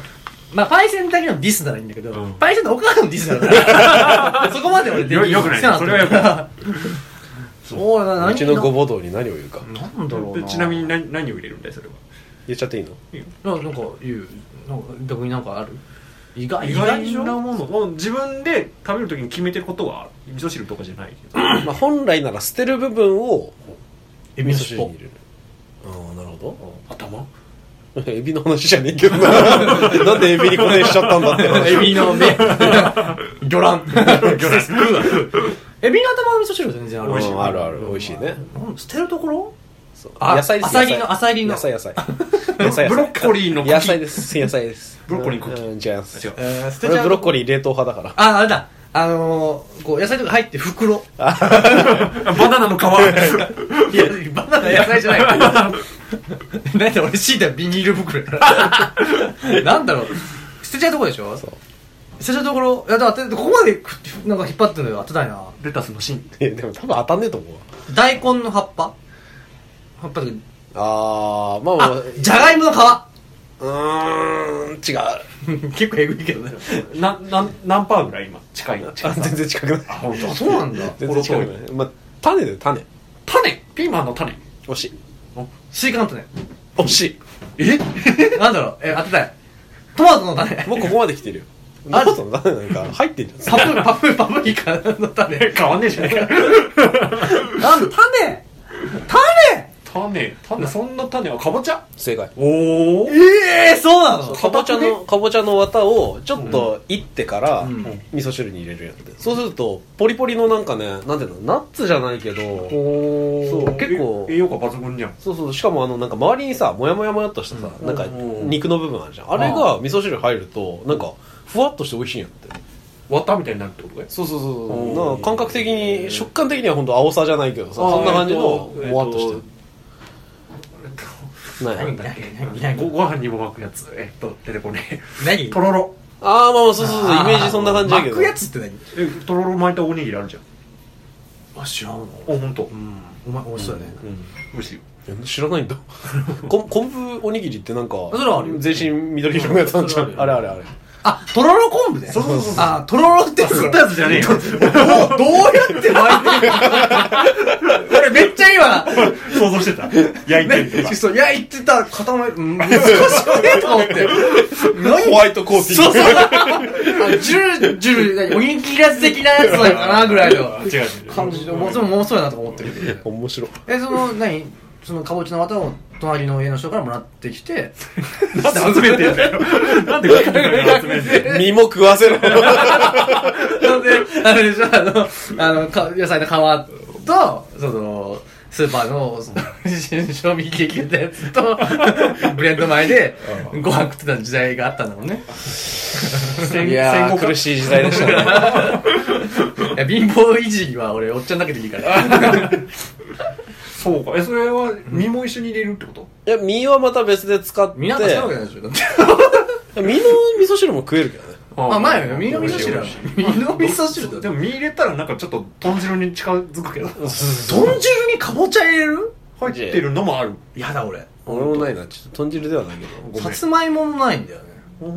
[SPEAKER 1] まあパイセンだけのディスならいいんだけど、
[SPEAKER 2] うん
[SPEAKER 1] パイセンのお母さんのディスなら [laughs] そこまで俺で
[SPEAKER 2] よよくない
[SPEAKER 1] それはよくない [laughs] おいな何
[SPEAKER 4] うちのごぼう堂に何を言うか
[SPEAKER 1] なんだろう
[SPEAKER 2] で
[SPEAKER 1] な
[SPEAKER 2] ちなみに何何を入れるんだよそれは
[SPEAKER 4] 言っちゃっていいの
[SPEAKER 1] ななんか言うなんか逆になんかある意外
[SPEAKER 2] 意外なものを自分で食べる時に決めてることはある味噌汁とかじゃないけど
[SPEAKER 4] まあ本来なら捨てる部分を
[SPEAKER 1] え
[SPEAKER 4] 味
[SPEAKER 1] み
[SPEAKER 4] 噌
[SPEAKER 1] そ
[SPEAKER 4] 汁に
[SPEAKER 1] 汁
[SPEAKER 4] 入れるああなるほ
[SPEAKER 2] 頭
[SPEAKER 4] ど [laughs] エビの話じゃねえけどな [laughs] なんでエビにこれしちゃったんだっ
[SPEAKER 2] [laughs]
[SPEAKER 4] て話
[SPEAKER 1] [laughs] エビの目魚卵エビの頭の味噌汁は全然ある
[SPEAKER 2] 美味しい
[SPEAKER 4] うんあるある美味しいね
[SPEAKER 1] うん捨てるところ
[SPEAKER 4] そう
[SPEAKER 1] あ
[SPEAKER 4] 野菜です
[SPEAKER 1] 浅切りの浅切りの
[SPEAKER 4] 野
[SPEAKER 2] [laughs]
[SPEAKER 4] 菜野菜野菜野菜
[SPEAKER 2] ブロッコリーの茎
[SPEAKER 4] 野菜です野菜です
[SPEAKER 2] ブロッコリーの茎
[SPEAKER 4] うん違います
[SPEAKER 2] 違う
[SPEAKER 1] えー捨てち
[SPEAKER 4] 俺
[SPEAKER 1] ゃう
[SPEAKER 4] ブロッコリー冷凍派だから [laughs]
[SPEAKER 1] ああれだあのー、こう野菜とか入って袋
[SPEAKER 2] あバナナの皮 [laughs]
[SPEAKER 1] いや、バナナ野菜じゃない。 [laughs] なんで俺シイタビニール袋や [laughs] なんだろう。捨てちゃうとこでしょ
[SPEAKER 4] そう
[SPEAKER 1] 捨てちゃうところ、いや、だって、ここまで、なんか引っ張ってるのよ。当てたいな。
[SPEAKER 2] レタスの芯
[SPEAKER 4] いやでも多分当たんねえと思うわ
[SPEAKER 1] 大根の葉っぱ葉っぱとか、
[SPEAKER 4] あーまあま
[SPEAKER 1] あ、じゃがいもの皮
[SPEAKER 4] あうーん違う
[SPEAKER 1] [laughs] 結構えぐいけどね。
[SPEAKER 2] なな何パーぐらい今近いの近
[SPEAKER 4] あ
[SPEAKER 2] い
[SPEAKER 4] 全然近くない
[SPEAKER 2] あ本当
[SPEAKER 1] あ、そうなんだ。
[SPEAKER 4] 全然近くないまあ種だよ種
[SPEAKER 2] 種ピーマンの種
[SPEAKER 4] 惜しい
[SPEAKER 1] スイカの [laughs] 種。
[SPEAKER 4] 惜しい
[SPEAKER 2] え
[SPEAKER 1] なんだろう。え、当てたい。トマトの種。
[SPEAKER 4] もうここまで来てるよ。
[SPEAKER 1] あ
[SPEAKER 4] なことなんだなんか入ってんじゃん。
[SPEAKER 1] パプ、パプ、パプリカの種。 [laughs]
[SPEAKER 2] 変わんねえじゃねえ
[SPEAKER 1] な
[SPEAKER 2] か
[SPEAKER 1] んだ、種種
[SPEAKER 2] 種種そんな種はかぼちゃ
[SPEAKER 4] 正解。
[SPEAKER 2] おお
[SPEAKER 1] ええー、そうなの
[SPEAKER 4] かぼちゃの、かぼちゃの綿をちょっといってから、
[SPEAKER 1] うん
[SPEAKER 4] 味噌汁に入れるんやって。そうすると、ポリポリのなんかね、なんていうの、ナッツじゃないけど、そう、結構
[SPEAKER 2] 栄、養価抜群じゃん
[SPEAKER 4] そうそう、しかもあの、なんか周りにさ、もやもやもやっとしたさ、なんか肉の部分あるじゃん。あれが味噌汁入ると、なんか、ふわっとして美味しいんやって。
[SPEAKER 2] 割ったみたいになるってことかい
[SPEAKER 4] そうそうそう
[SPEAKER 2] お
[SPEAKER 4] そう。
[SPEAKER 2] ー
[SPEAKER 4] なんか感覚的に、食感的には本当青さじゃないけどさ、そんな感じの、
[SPEAKER 2] えっと
[SPEAKER 4] ふわっとしてる。ない
[SPEAKER 1] 何何何
[SPEAKER 2] ごご飯にも巻くやつえっと出てこねえ
[SPEAKER 1] 何
[SPEAKER 2] とろろ
[SPEAKER 4] あーまあまあそうそうそうイメージそんな感じやけど
[SPEAKER 1] 巻くやつって何
[SPEAKER 2] えとろろ巻いたおにぎりあるじゃん
[SPEAKER 1] あ知らんの
[SPEAKER 2] おほんと
[SPEAKER 1] うんお前面白いね
[SPEAKER 2] うんむし
[SPEAKER 4] いや知らない
[SPEAKER 1] [laughs]
[SPEAKER 4] んだこ昆布おにぎりってなんか
[SPEAKER 1] それはあるよ
[SPEAKER 4] 全身緑色のやつなんじゃ
[SPEAKER 1] うんん
[SPEAKER 4] あれあれあれ
[SPEAKER 1] あとろろ昆布ね
[SPEAKER 2] そうそうそうそう
[SPEAKER 1] あとろろって食
[SPEAKER 2] ろやつじゃねえよ
[SPEAKER 1] どうやって巻いてるの俺めっちゃ今
[SPEAKER 2] 想像してた焼いてるとか
[SPEAKER 1] そう焼いてた固めうん難しくねと思って何
[SPEAKER 4] ホワイトコーティン
[SPEAKER 1] そう
[SPEAKER 4] グ
[SPEAKER 1] そうあジュルジュル何おにぎらず的なやつなのかなぐらいの
[SPEAKER 2] 違う違う
[SPEAKER 1] 感じでもうそれも面白いなとか思ってるけど
[SPEAKER 4] 面白い
[SPEAKER 1] えその何そのかぼちゃの綿を隣の家の人からもらってきて
[SPEAKER 2] なんで集めてんだよなんで集めてんだよ
[SPEAKER 4] 身も食わせろ
[SPEAKER 1] [laughs] なので、あれでしょ、あの、あの、か野菜の皮と、その、スーパーの、その新賞味期限のやつと、
[SPEAKER 2] [laughs]
[SPEAKER 1] ブレンド前で、ご飯食ってた時代があったんだもんね。
[SPEAKER 4] い
[SPEAKER 2] 戦
[SPEAKER 4] や
[SPEAKER 2] 戦
[SPEAKER 4] ー
[SPEAKER 2] 後
[SPEAKER 4] 苦
[SPEAKER 2] か
[SPEAKER 4] しい時代でし
[SPEAKER 1] [laughs]
[SPEAKER 4] たね
[SPEAKER 1] いや、貧乏維持は俺、おっちゃんだけでいいから。
[SPEAKER 2] そうかえそれは身も一緒に入れるってこと
[SPEAKER 4] いや身はまた別で使って
[SPEAKER 1] みんな
[SPEAKER 4] 身
[SPEAKER 1] んかしたわ
[SPEAKER 4] の
[SPEAKER 1] けないでしょ、だって。
[SPEAKER 4] 味噌汁も食えるけどね
[SPEAKER 1] あ、前よね、みの味噌汁だ
[SPEAKER 2] 美味しい
[SPEAKER 1] みの味噌汁だ
[SPEAKER 2] で
[SPEAKER 1] でも、
[SPEAKER 2] も身入れたらなんかちょっと豚汁に近づくけど
[SPEAKER 1] 豚汁にかぼちゃ入れる
[SPEAKER 2] 入ってるのもある
[SPEAKER 1] やだ、俺。
[SPEAKER 4] 俺もないなちょっと豚汁ではないけ
[SPEAKER 2] ごめ
[SPEAKER 1] さ
[SPEAKER 2] ん
[SPEAKER 1] つまいももないんだよね。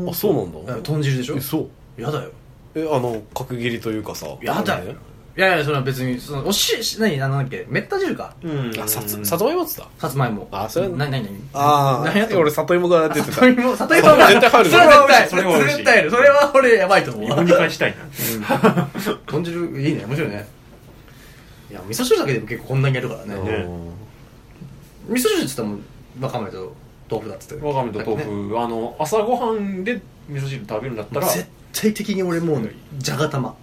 [SPEAKER 4] どあそうなん
[SPEAKER 1] だから
[SPEAKER 4] だ
[SPEAKER 1] 豚汁でしょ
[SPEAKER 4] えそう
[SPEAKER 1] やだよ。
[SPEAKER 4] えあの角切りというかさ
[SPEAKER 1] やだよ。いやいや、それは別に、その、おし、何、なんだっけ、めった汁か。
[SPEAKER 2] うん
[SPEAKER 4] あさつさつまいもっつった
[SPEAKER 1] さつまいも。
[SPEAKER 4] あそれは
[SPEAKER 1] な、なになに
[SPEAKER 4] あ
[SPEAKER 1] 何や
[SPEAKER 4] あ
[SPEAKER 1] と思う
[SPEAKER 4] 俺里芋が出てた
[SPEAKER 1] 里芋、里芋が。
[SPEAKER 4] 絶対入る
[SPEAKER 1] それは絶対、
[SPEAKER 2] それは美味しい
[SPEAKER 1] 絶対入る。それは俺やばいと思
[SPEAKER 2] 芋
[SPEAKER 1] う。
[SPEAKER 2] に返したいな
[SPEAKER 1] [laughs] 豚汁、いいね、面白いね。いや、味噌汁だけでも結構こんなにやるから
[SPEAKER 4] う
[SPEAKER 1] ね。
[SPEAKER 4] ん
[SPEAKER 1] 味噌汁って言っても、わかめと豆腐だっつってたよ
[SPEAKER 2] わかめと豆腐、あの朝ごはんで味噌汁食べるんだったら
[SPEAKER 1] 絶対的に俺もうね、じゃが玉。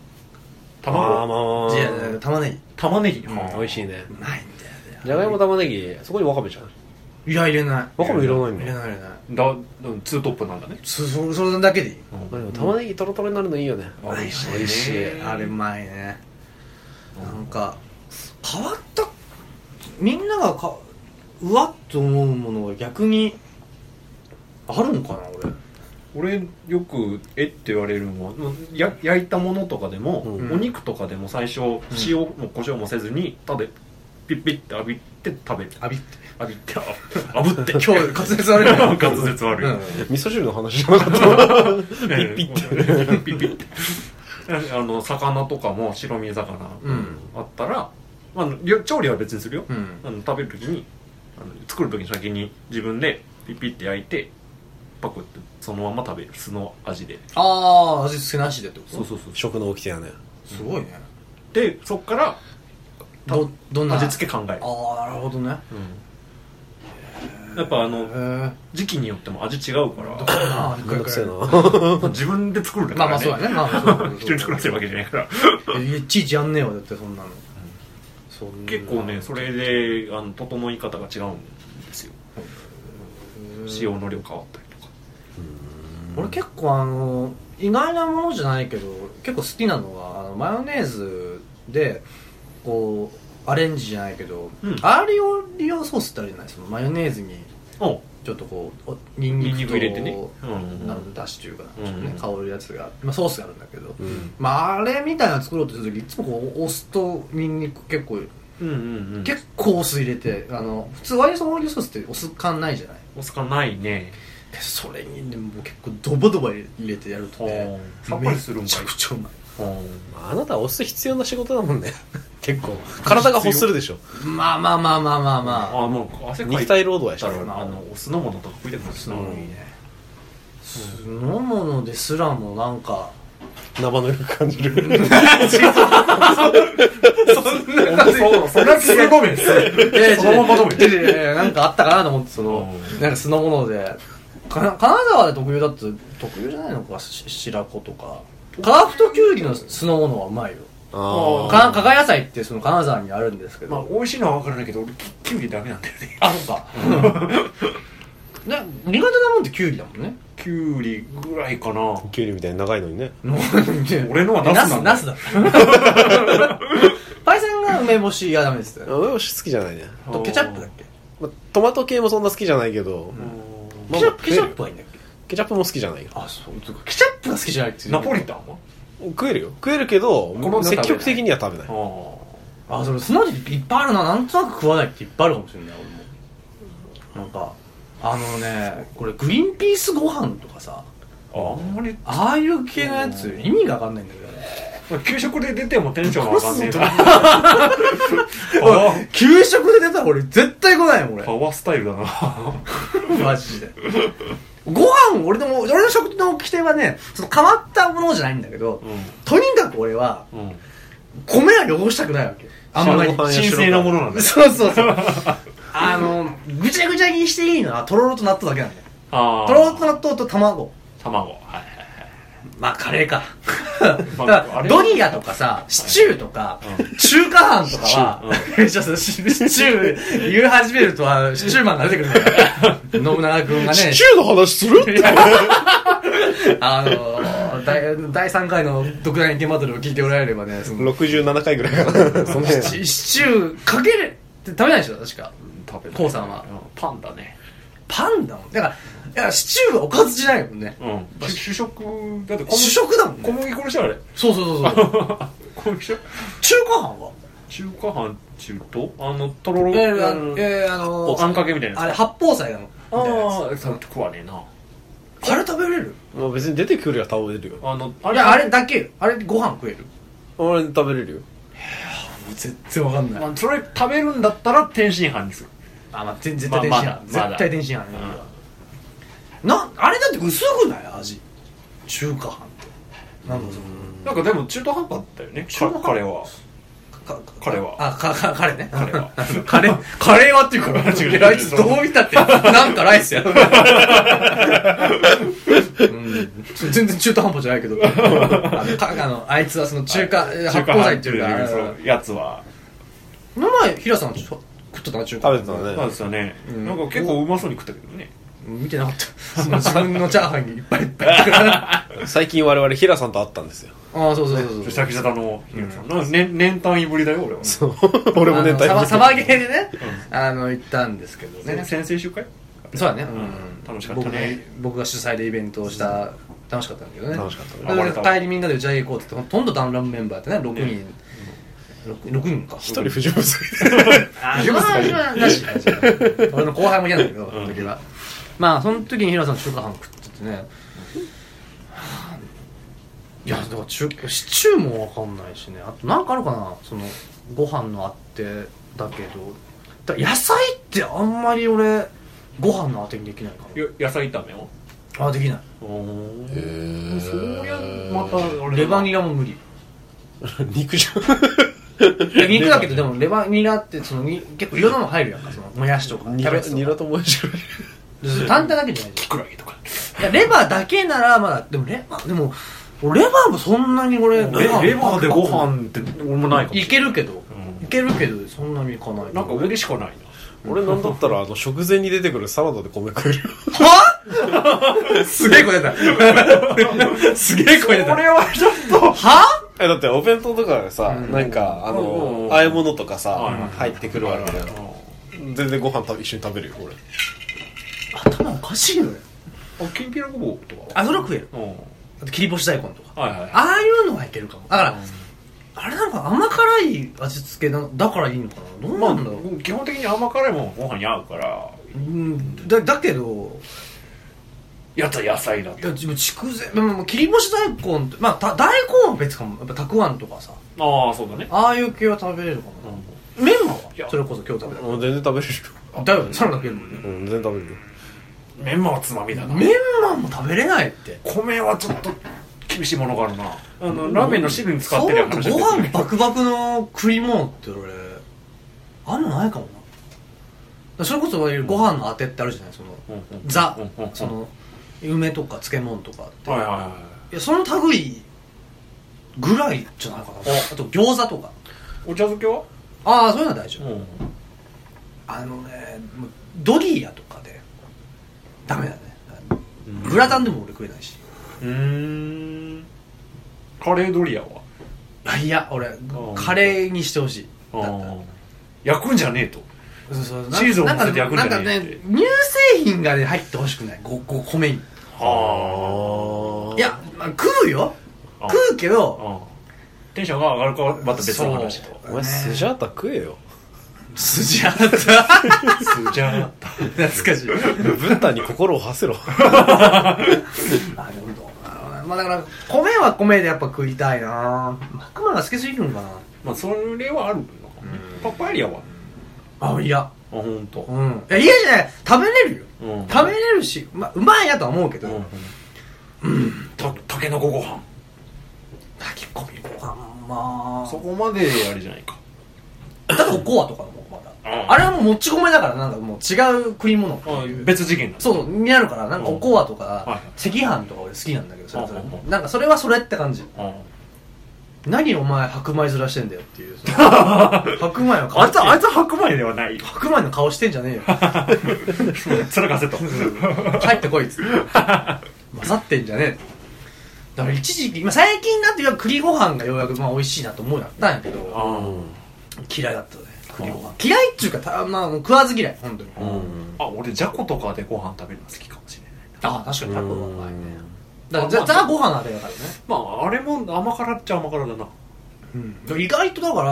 [SPEAKER 4] あー
[SPEAKER 2] 卵
[SPEAKER 4] まあまあまあ
[SPEAKER 1] じゃあ玉ねぎ。
[SPEAKER 2] 玉ねぎ、
[SPEAKER 4] 美味しいね
[SPEAKER 1] うまいんだよね
[SPEAKER 4] じゃがいも玉ねぎそこにわかめじゃん
[SPEAKER 1] いや入れない
[SPEAKER 4] わかめいらない
[SPEAKER 1] 入
[SPEAKER 4] ん
[SPEAKER 1] れ
[SPEAKER 4] だ
[SPEAKER 1] ない入れない
[SPEAKER 2] だうんツートップなんだね
[SPEAKER 1] そそそれだけでいい
[SPEAKER 4] まあでも玉ねぎトロトロになるのいいよね
[SPEAKER 1] 美味しい
[SPEAKER 4] 美味しい
[SPEAKER 1] あれうまいねなんか変わったみんながかうわっと思うものが逆にあるんかな俺
[SPEAKER 2] 俺よく「えっ?」て言われるのはうんや焼いたものとかでも、
[SPEAKER 4] うん
[SPEAKER 2] お肉とかでも最初塩も胡椒もせずにただピッピッて浴びて食べる
[SPEAKER 1] 浴びて
[SPEAKER 2] 浴びてあ炙って
[SPEAKER 1] 今日滑舌悪いな
[SPEAKER 2] 滑舌悪い、
[SPEAKER 1] うん
[SPEAKER 4] 味噌汁の話じゃなかった
[SPEAKER 2] ピッピッてピッピッてあの魚とかも白身魚
[SPEAKER 1] うん
[SPEAKER 2] あったら、まありょ、調理は別にするよ、
[SPEAKER 1] うん
[SPEAKER 2] あの食べる時にあの作る時に先に自分でピッピッて焼いてパクってそのまま食べる酢の味で
[SPEAKER 1] ああ味付けなしでってこと
[SPEAKER 2] そうそう
[SPEAKER 4] 食の掟やね
[SPEAKER 1] すごいね
[SPEAKER 2] でそっから
[SPEAKER 1] どどんな
[SPEAKER 2] 味付け考える
[SPEAKER 1] ああなるほどね
[SPEAKER 2] やっぱあ
[SPEAKER 1] へ
[SPEAKER 2] の
[SPEAKER 1] え
[SPEAKER 2] 時期によっても味違うから
[SPEAKER 1] あ
[SPEAKER 4] [laughs] めんどくせえな
[SPEAKER 2] 自分で作るんだか
[SPEAKER 1] まあ
[SPEAKER 2] ら、ね、
[SPEAKER 1] まあそうだねまあ [laughs] そうだね
[SPEAKER 2] [laughs] 一人で作らせるわけじゃないから
[SPEAKER 1] いちいちやんねえわだってそんなのそんな
[SPEAKER 2] 結構ねそれであの整い方が違うんですよ塩の量変わったりとか
[SPEAKER 1] 俺結構あの意外なものじゃないけど結構好きなのがあのマヨネーズでこうアレンジじゃないけど、
[SPEAKER 2] うん
[SPEAKER 1] アーリオリオソースってあるじゃないそのマヨネーズに
[SPEAKER 2] お
[SPEAKER 1] ちょっとこうおニン
[SPEAKER 2] ニ
[SPEAKER 1] ニ
[SPEAKER 2] ンニ
[SPEAKER 1] ク
[SPEAKER 2] ク
[SPEAKER 1] と
[SPEAKER 2] 入れてねうん
[SPEAKER 1] なので出汁というか、
[SPEAKER 2] うんうん
[SPEAKER 1] ね、香るやつが、まあ、ソースがあるんだけど、
[SPEAKER 4] うん
[SPEAKER 1] まあ、あれみたいなの作ろうとするときいつもこうお酢とニンニク結構、
[SPEAKER 2] うんうんうん
[SPEAKER 1] 結構お酢入れてあの普通ワイルドオーリオソースってお酢感ないじゃない
[SPEAKER 2] お酢感ないね
[SPEAKER 1] でそれにでも結構ドバドバ入れてやるとね
[SPEAKER 2] あーさっぱりするんかい
[SPEAKER 1] めちゃくちゃうまい
[SPEAKER 4] あなたはお酢必要な仕事だもんね結構体が欲するでしょ
[SPEAKER 1] まあまあまあまあまあまあ
[SPEAKER 2] あもう汗かい
[SPEAKER 4] 肉体労働やし
[SPEAKER 2] だろ
[SPEAKER 4] ょ
[SPEAKER 2] うなあのお酢のものとか食いたくなるし
[SPEAKER 1] す
[SPEAKER 2] な
[SPEAKER 1] ごいね酢の物ですらもなんか
[SPEAKER 4] 生のよく感じる
[SPEAKER 2] そうそれはすごめん
[SPEAKER 1] え
[SPEAKER 2] そのまま飲む
[SPEAKER 1] いやいやいやなんかあったかなと思ってその
[SPEAKER 2] う
[SPEAKER 1] なんか酢の物でかな金沢で特有だって特有じゃないのかし白子とかカラフトキュウリの酢の物はうまいよ
[SPEAKER 4] あ
[SPEAKER 1] か加賀野菜ってその金沢にあるんですけ
[SPEAKER 2] まあ
[SPEAKER 1] ど
[SPEAKER 2] 美味しいのは分からないけど俺ききゅうりダメなんだよね
[SPEAKER 1] あそっか [laughs] ね苦手なもんってキュウリだもんね
[SPEAKER 2] きゅうりぐらいかな
[SPEAKER 4] あキュウリみたいに長いのにね
[SPEAKER 2] 俺のはナスなんだ
[SPEAKER 1] ナスだ [laughs] パイセンが梅干しがダメです
[SPEAKER 4] あ俺も好きじゃないね、
[SPEAKER 1] あとケチャップだっけ
[SPEAKER 4] まあ、トマト系もそんな好きじゃないけど、ま
[SPEAKER 1] ケチャ
[SPEAKER 4] あま
[SPEAKER 1] ッ
[SPEAKER 4] あ
[SPEAKER 1] プケチャップはいいんだっけ
[SPEAKER 4] ケチャップも好きじゃないよ
[SPEAKER 1] あそうつうかケチャップが好きじゃないっていう
[SPEAKER 2] ナポリタンは
[SPEAKER 4] 食えるよ食えるけど
[SPEAKER 2] 好みで食べ
[SPEAKER 4] 積
[SPEAKER 2] ない
[SPEAKER 4] 極的には食べない
[SPEAKER 1] あそれその時いっぱいあるななんとなく食わないっていっぱいあるかもしれない俺もなんかあのねこれグリーンピースご飯とかさ
[SPEAKER 2] あああんまり
[SPEAKER 1] ああいう系のやつ意味がわかんないんだけどね
[SPEAKER 2] 給食で出てもテンション上がんねえな
[SPEAKER 1] おい給食で出たら俺絶対来ないもん
[SPEAKER 2] パワースタイルだな
[SPEAKER 1] 俺マジでご飯俺でも俺の食の規定はねその変わったものじゃないんだけど、とにかく俺は
[SPEAKER 2] うん
[SPEAKER 1] 米は汚したくないわけあんまり
[SPEAKER 4] 白ご飯や
[SPEAKER 2] 神聖なものなんだ
[SPEAKER 1] そうそうそうあのぐちゃぐちゃにしていいのはとろろと納豆だけなんだよ
[SPEAKER 2] あ
[SPEAKER 1] とろろと納豆と卵
[SPEAKER 2] 卵はいはい
[SPEAKER 1] まあカレーか
[SPEAKER 2] まあ
[SPEAKER 1] だか
[SPEAKER 2] あ
[SPEAKER 1] ら
[SPEAKER 2] れ
[SPEAKER 1] ドリアとかさシチューとか、中華飯とかは、 [laughs] ちょっとシシチュー言い始めるとあのシチューマンが出てくるんだから信長君がね
[SPEAKER 4] シチューの話する [laughs] って
[SPEAKER 1] あの第第3回の独断意見バトルを聞いておられればねその
[SPEAKER 4] 67回ぐらいかな [laughs] その辺
[SPEAKER 1] シシチューかけるって食べないでしょ確か
[SPEAKER 2] 食べない
[SPEAKER 1] コウさんは
[SPEAKER 2] うパンだね
[SPEAKER 1] パンだもんだからいやシチューはおかずじゃないもんね
[SPEAKER 2] うん主食だって小麦
[SPEAKER 1] 主食だもん
[SPEAKER 2] 小
[SPEAKER 1] ね
[SPEAKER 2] 麦殺した
[SPEAKER 1] [laughs]
[SPEAKER 2] らあれ
[SPEAKER 1] そうそうそうそう
[SPEAKER 2] 小麦し
[SPEAKER 1] 中華飯は
[SPEAKER 2] 中華飯中とあのとろろ
[SPEAKER 1] えーあのえーあのー
[SPEAKER 2] あんかけみたいな
[SPEAKER 1] あれ八宝菜だもん
[SPEAKER 2] ああ食わねえな
[SPEAKER 1] あれ食べれる
[SPEAKER 4] まあ別に出てくるや食べれるよ
[SPEAKER 2] あの
[SPEAKER 1] あ
[SPEAKER 2] あ
[SPEAKER 1] れあれだけよあれご飯食える
[SPEAKER 4] 俺食べれるよ
[SPEAKER 1] 全然わかん
[SPEAKER 2] まあそれ食べるんだったら天津飯にする
[SPEAKER 1] あまあ全絶対天津
[SPEAKER 2] まあ
[SPEAKER 1] 飯
[SPEAKER 2] まだまだ
[SPEAKER 1] 絶対天津飯なあれだって薄くない味中華飯ってなんかその
[SPEAKER 2] なんかでも中途半端だよね
[SPEAKER 1] 中途半端
[SPEAKER 2] 彼は
[SPEAKER 1] か
[SPEAKER 2] 彼は
[SPEAKER 1] あかかカレーね
[SPEAKER 2] 彼
[SPEAKER 1] [laughs]
[SPEAKER 2] は
[SPEAKER 1] カレーカレーはっていうから
[SPEAKER 2] 違う
[SPEAKER 1] あいつどう見たってなんかライスや、うん全然中途半端じゃないけどあのかあのあいつはその中華、発発
[SPEAKER 2] 中華
[SPEAKER 1] 泡剤っ
[SPEAKER 2] 飯ってて
[SPEAKER 1] いう
[SPEAKER 2] い
[SPEAKER 1] か
[SPEAKER 2] うやつは
[SPEAKER 1] この前平さんちょ食ってたな中華
[SPEAKER 4] 食べてた
[SPEAKER 2] そ
[SPEAKER 4] の
[SPEAKER 2] う
[SPEAKER 4] ね
[SPEAKER 2] ですよね、
[SPEAKER 1] うん
[SPEAKER 2] なんか結構うまそうに食ったけどね
[SPEAKER 1] 見てなかったその自分のチャーハンにいっぱいいっぱい [laughs] あ
[SPEAKER 4] 最近我々平さんと会ったんですよ
[SPEAKER 1] あそうそうそうそう
[SPEAKER 2] 久々だのヒロさん、なん、年年単位ぶりだよ俺は
[SPEAKER 4] そう俺もね
[SPEAKER 1] あのサバサ
[SPEAKER 4] 大
[SPEAKER 1] バゲーでね、あの行ったんですけど
[SPEAKER 2] ね
[SPEAKER 1] ね
[SPEAKER 2] 先生集会
[SPEAKER 1] そうだね、
[SPEAKER 2] うん楽しかった
[SPEAKER 1] 僕
[SPEAKER 2] ね
[SPEAKER 1] が僕が主催でイベントをした、楽しかったんだけどね
[SPEAKER 4] 楽しかった
[SPEAKER 2] ね暴れた
[SPEAKER 1] 帰りみんなで打ち上げ行こうってほとんどダウンランメンバーってね6人、六6人か
[SPEAKER 4] 一人不純物
[SPEAKER 1] あまあまあなし俺の後輩も嫌なんだけど、その時はまあその時に平さん中華飯食っててね、いやだから中シチューも分かんないしねあとなんかあるかなそのご飯のあてだけどだ野菜ってあんまり俺ご飯のあてにできないか
[SPEAKER 2] よ野菜炒めを
[SPEAKER 1] なあできない
[SPEAKER 2] おお
[SPEAKER 4] へー
[SPEAKER 2] そりゃまたあれ
[SPEAKER 1] レバニ
[SPEAKER 2] ラ
[SPEAKER 1] ラも無理
[SPEAKER 4] 肉じゃん
[SPEAKER 1] いや肉だ [laughs] けどでもレバニラってそのに結構いろんなの入るやんかそのもやしとか
[SPEAKER 4] ニ
[SPEAKER 1] キャベ
[SPEAKER 4] ラ
[SPEAKER 1] ツ
[SPEAKER 4] ニ
[SPEAKER 1] と
[SPEAKER 4] ラともやし
[SPEAKER 1] かで単体だけじゃないじゃん
[SPEAKER 2] キクラゲとか
[SPEAKER 1] いやレバーだけならまだでもレバーでも俺レバーもそんなに俺
[SPEAKER 2] レレバーでご飯って俺もないかも
[SPEAKER 1] いけるけど、
[SPEAKER 2] う
[SPEAKER 1] いけるけどそんなにいかない
[SPEAKER 2] なんか俺しかないな
[SPEAKER 4] 俺なんだったらあの食前に出てくるサラダで米食える [laughs]
[SPEAKER 1] はすげえ声出
[SPEAKER 2] [laughs]
[SPEAKER 1] たすげえ声出た
[SPEAKER 2] これはちょっと
[SPEAKER 1] は
[SPEAKER 4] えだってお弁当とかさ、なんかあ
[SPEAKER 2] うんう
[SPEAKER 4] の
[SPEAKER 2] ん
[SPEAKER 4] 和え物とかさ、
[SPEAKER 2] はいはい
[SPEAKER 4] 入ってくるわけだよ全然ご飯食べ一緒に食べるよ俺
[SPEAKER 1] 頭おかしいのよ
[SPEAKER 2] あきんぴらごぼうとか
[SPEAKER 1] あそれは食える
[SPEAKER 2] うん
[SPEAKER 1] あと切り干し大根とか
[SPEAKER 2] はいはい
[SPEAKER 1] ああいうのはいけるかもだから、あれなんか甘辛い味付けなだからいいのかなどう
[SPEAKER 2] ま
[SPEAKER 1] な
[SPEAKER 2] あ
[SPEAKER 1] んだろう、
[SPEAKER 2] 基本的に甘辛いもんご飯に合うから
[SPEAKER 1] うんだだけど
[SPEAKER 2] やつは野菜だっ
[SPEAKER 1] い
[SPEAKER 2] て
[SPEAKER 1] やでも筑前でももう切り干し大根ってまあた大根は別かもやっぱたくあんとかさ
[SPEAKER 2] ああそうだね
[SPEAKER 1] ああいう系は食べれるか
[SPEAKER 2] う
[SPEAKER 1] な、メ
[SPEAKER 2] ん
[SPEAKER 1] ンマはい
[SPEAKER 2] や
[SPEAKER 1] それこそ今日食べ
[SPEAKER 4] もう全然食べれる
[SPEAKER 1] ただよねサラダ食えるもんね
[SPEAKER 4] よ、うん、全然食べれるよ
[SPEAKER 2] メンマはつまみだな
[SPEAKER 1] メンマも食べれないって
[SPEAKER 2] 米はちょっと厳しいものがあるなあのラーメンの汁に使っ
[SPEAKER 1] そ
[SPEAKER 2] て
[SPEAKER 1] う
[SPEAKER 2] る
[SPEAKER 1] な
[SPEAKER 2] や
[SPEAKER 1] ん
[SPEAKER 2] ん
[SPEAKER 1] だ
[SPEAKER 2] 話
[SPEAKER 1] ご
[SPEAKER 2] だ
[SPEAKER 1] 飯
[SPEAKER 2] けど
[SPEAKER 1] バクバクの食い物って俺あんまないかもなそれこそご飯のあてってあるじゃないその、
[SPEAKER 2] うんうん
[SPEAKER 1] ザ、
[SPEAKER 2] うんうんうん
[SPEAKER 1] その梅とか漬物とかって、
[SPEAKER 2] はいはいはい
[SPEAKER 1] やその類ぐらいじゃないかなあと餃子とか
[SPEAKER 2] いお茶漬けは
[SPEAKER 1] ああそういうのは大丈夫、
[SPEAKER 2] ん
[SPEAKER 1] あのねもうドリアとかでダメだねグラタンでも俺食えないし
[SPEAKER 2] うんカレードリアはい
[SPEAKER 1] や俺
[SPEAKER 2] ん
[SPEAKER 1] カレーにしてほしいだったら
[SPEAKER 2] ああ焼くんじゃねえと
[SPEAKER 1] そうそう
[SPEAKER 2] チーズを乗せて焼くんじ
[SPEAKER 1] な
[SPEAKER 2] ゃね
[SPEAKER 1] んか
[SPEAKER 2] え
[SPEAKER 1] ね
[SPEAKER 2] って
[SPEAKER 1] 乳製品がね入ってほしくないごご米に
[SPEAKER 2] はあ
[SPEAKER 1] いや、まあ、食うよ
[SPEAKER 2] あ
[SPEAKER 1] 食うけど
[SPEAKER 2] うんテンションが上がるかはまた別の話と
[SPEAKER 4] お前スジャータ食えよ
[SPEAKER 1] 筋あった
[SPEAKER 2] じゃあ
[SPEAKER 1] 懐かしい
[SPEAKER 4] 文旦に心を馳せろ
[SPEAKER 1] あでもどうだろうなまあだから米は米でやっぱ食いたいなマクマが好きすぎるのかな
[SPEAKER 2] [laughs] まあそれはあるのかねパパイヤはあ
[SPEAKER 1] あいや
[SPEAKER 2] 本当。
[SPEAKER 1] うんいや嫌じゃない食べれるよ
[SPEAKER 2] うん
[SPEAKER 1] 食べれるし、まあ、うまいなとは思うけど、
[SPEAKER 2] うんたたけのこご飯
[SPEAKER 1] 炊き込みご飯まあ
[SPEAKER 2] そこまであれじゃないか
[SPEAKER 1] だとコアとかもまだ、
[SPEAKER 2] うん
[SPEAKER 1] あれはもうもち米だからなんかもう違う食い物って
[SPEAKER 2] あ
[SPEAKER 1] いう
[SPEAKER 2] 別次元だ
[SPEAKER 1] そうそうになるからなんかおこわと
[SPEAKER 2] うんは
[SPEAKER 1] か
[SPEAKER 2] い
[SPEAKER 1] 赤飯とか俺好きなんだけどそれそれ
[SPEAKER 2] うん
[SPEAKER 1] なんかそれはそれって感じ
[SPEAKER 2] うん
[SPEAKER 1] 何お前白米ずらしてんだよって
[SPEAKER 2] [laughs]
[SPEAKER 1] いうその白米の顔
[SPEAKER 2] あい
[SPEAKER 1] して
[SPEAKER 2] つあいつは白米では [laughs] ない
[SPEAKER 1] 白米の顔してんじゃねえよ
[SPEAKER 2] それかせと
[SPEAKER 1] 帰ってこいっ
[SPEAKER 2] [laughs]
[SPEAKER 1] つって混ざってんじゃねえだから一時期、まあ、最近になってようやく栗ご飯がようやくまあ美味しいなと思うようになったんやけど嫌いだったね栗ご飯嫌いっちゅうかた、まあ、食わず嫌い本当に、
[SPEAKER 2] あ俺じゃことかでご飯食べるの好きかもしれない
[SPEAKER 1] ああ確かにタ
[SPEAKER 4] [laughs]
[SPEAKER 1] コはうまいねだから
[SPEAKER 2] あ
[SPEAKER 1] ザ
[SPEAKER 2] まあ
[SPEAKER 1] ザご飯のあれだからね、
[SPEAKER 2] まああれも甘辛っちゃ甘辛だな
[SPEAKER 1] 意外とだから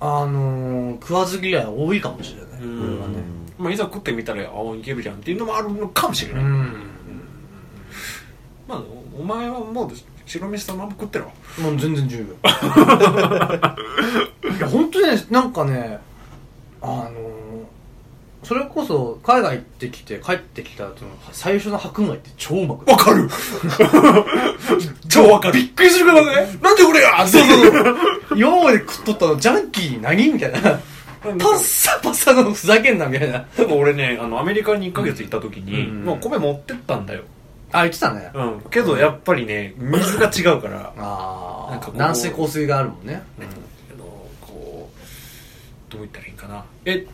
[SPEAKER 1] あのー、食わず嫌い多いかもしれない俺はね
[SPEAKER 2] まあいざ食ってみたらあいけるじゃんっていうのもあるのかもしれ
[SPEAKER 1] う
[SPEAKER 2] ない
[SPEAKER 1] ん
[SPEAKER 2] まあお前はもう白飯そのまま食ってろ
[SPEAKER 1] もう全然 [laughs] 十分いや本当にねなんかねあのー、それこそ海外行ってきて帰ってきた後の最初の白米って超うまく
[SPEAKER 2] わか [laughs] る超わかるびっくりするからねなんで俺や [laughs] そうそう
[SPEAKER 1] 今まで食っとったのジャンキー何みたいなパッサパサのふざけんなみたいな
[SPEAKER 2] でも俺ねあのアメリカに1ヶ月行った時に、
[SPEAKER 1] うん
[SPEAKER 2] もう米持ってったんだよ、
[SPEAKER 1] あ言ってたね
[SPEAKER 2] うん、けどやっぱりね水が違うから
[SPEAKER 1] あ
[SPEAKER 2] なん
[SPEAKER 1] あ
[SPEAKER 2] かこう
[SPEAKER 1] 軟水硬水があるもんね
[SPEAKER 2] あのこうどう言ったらいいんかなえ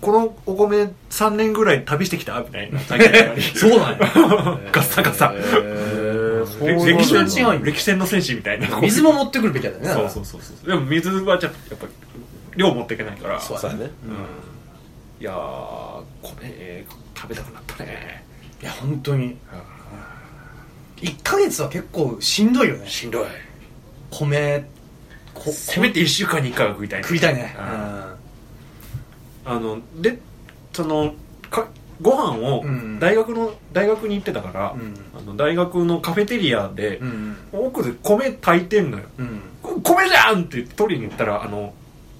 [SPEAKER 2] このお米3年ぐらい旅してきたみたい [laughs] な [laughs] そうなんやガッサガサ、
[SPEAKER 1] ういう
[SPEAKER 2] 歴史の
[SPEAKER 1] そうなんだ
[SPEAKER 2] 歴史の戦士みたいな
[SPEAKER 1] 水も持ってくるべきだよねだか
[SPEAKER 2] そう
[SPEAKER 1] ら
[SPEAKER 2] そうそうそうでも水はじゃやっぱ量持っていけないから
[SPEAKER 4] そうだね。
[SPEAKER 2] いやー米食べたくなったね
[SPEAKER 1] いや本当に1ヶ月は結構しんどいよね
[SPEAKER 2] しんどい
[SPEAKER 1] 米こ
[SPEAKER 2] せめて1週間に1回は食いたい
[SPEAKER 1] 食いたいね
[SPEAKER 2] う
[SPEAKER 1] うんん
[SPEAKER 2] あのでそのかご飯を
[SPEAKER 1] うん
[SPEAKER 2] 大学の、大学に行ってたから、あの大学のカフェテリアで、
[SPEAKER 1] うん
[SPEAKER 2] 奥で米炊いてんのよ
[SPEAKER 1] うん
[SPEAKER 2] 「こ米じゃん!」って言って取りに行ったらあの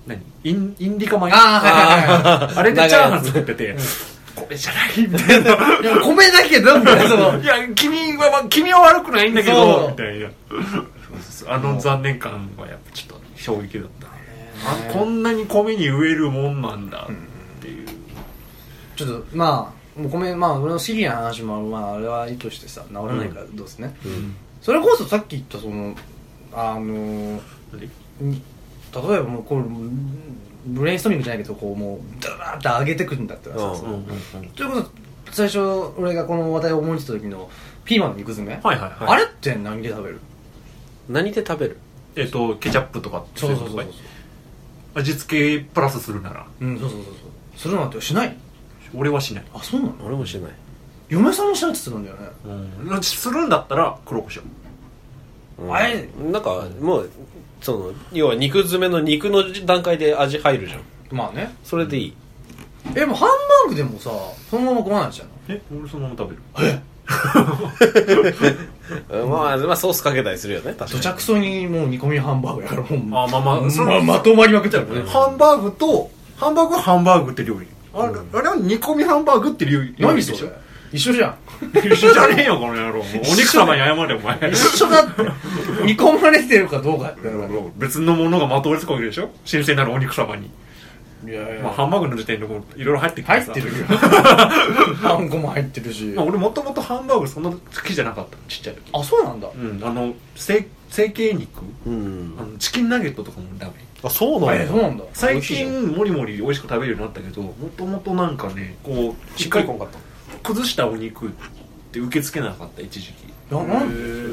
[SPEAKER 2] 何インインディカ米
[SPEAKER 1] あ
[SPEAKER 2] あれでチャーハン作ってて「米じゃない」みたいな [laughs]
[SPEAKER 1] あいや米だけどみたいなその
[SPEAKER 2] いや君は、まあ君は悪くないんだけど
[SPEAKER 1] そう
[SPEAKER 2] みたいなそうそうあの残念感はやっぱちょっと衝撃だったねあこんなに米に植えるもんなんだっていう、
[SPEAKER 1] ちょっとまあもうごめんまあ俺のシリアな話もまああれはいいとしてさ治らないからどうすね、それこそさっき言ったそのあのに例えばもうこれブレインストーミングじゃないけどこうもうダーッて上げてくんだったらさ、
[SPEAKER 4] うん
[SPEAKER 2] うんうんうん
[SPEAKER 1] ということ最初俺がこの話題を思いついた時のピーマンの肉詰め、
[SPEAKER 2] はいはい
[SPEAKER 1] あ
[SPEAKER 2] はい
[SPEAKER 1] れって何で食べる
[SPEAKER 4] 何で食べる
[SPEAKER 2] えっとケチャップとか
[SPEAKER 1] そうそうそうそう
[SPEAKER 2] 味付けプラスするなら
[SPEAKER 1] うんそうそうそうそうそれなんてしない
[SPEAKER 2] 俺はしない、
[SPEAKER 1] あそうなの
[SPEAKER 4] 俺もしない。
[SPEAKER 1] 嫁さんもしないって言ってたんだよね
[SPEAKER 2] うん、するんだったら黒胡椒
[SPEAKER 4] うん
[SPEAKER 1] あれ
[SPEAKER 4] なんか、もう、その、要は肉詰めの肉の段階で味入るじゃん。
[SPEAKER 1] まあね
[SPEAKER 4] それでいい。
[SPEAKER 1] えもうハンバーグでもさそのまま食わないじゃん
[SPEAKER 2] え俺そのまま食べる
[SPEAKER 4] うんまあ、まあ、ソースかけたりするよね、確か
[SPEAKER 1] 土
[SPEAKER 4] に。
[SPEAKER 1] 着層にもう煮込みハンバーグやからもう
[SPEAKER 2] あまあまあそ
[SPEAKER 1] ま
[SPEAKER 2] の
[SPEAKER 1] あまとまりまくっちゃうね
[SPEAKER 2] ハンバーグとハンバーグはハンバーグって料理あれ,、あれは煮込みハンバーグって料理
[SPEAKER 1] 何それ
[SPEAKER 2] れ
[SPEAKER 1] 一緒じゃん
[SPEAKER 2] 一緒じゃねえよこの野郎お肉様に謝れお前
[SPEAKER 1] 一緒だって煮込まれてるかどうかって
[SPEAKER 2] 別のものがまとわりつくわけでしょ新鮮なるお肉様に、
[SPEAKER 1] いやい
[SPEAKER 2] まあ、ハンバーグの時点でもういろいろ入ってく
[SPEAKER 1] 入って
[SPEAKER 2] [laughs]
[SPEAKER 1] るよあんこも入ってるし
[SPEAKER 2] まあ、俺もともとハンバーグそんな好きじゃなかったのちっちゃい時
[SPEAKER 1] あそうなんだ
[SPEAKER 2] うんあの成成形肉
[SPEAKER 4] うん
[SPEAKER 2] あ。のチキンナゲットとかもダメ
[SPEAKER 4] あ、そう
[SPEAKER 1] えそうなんだ
[SPEAKER 2] 最近もりもり美味しく食べるようになったけどもともとなんかねこうしっかり
[SPEAKER 4] こんかった。
[SPEAKER 2] 崩したお肉って受け付けなかった一時期
[SPEAKER 1] ななんで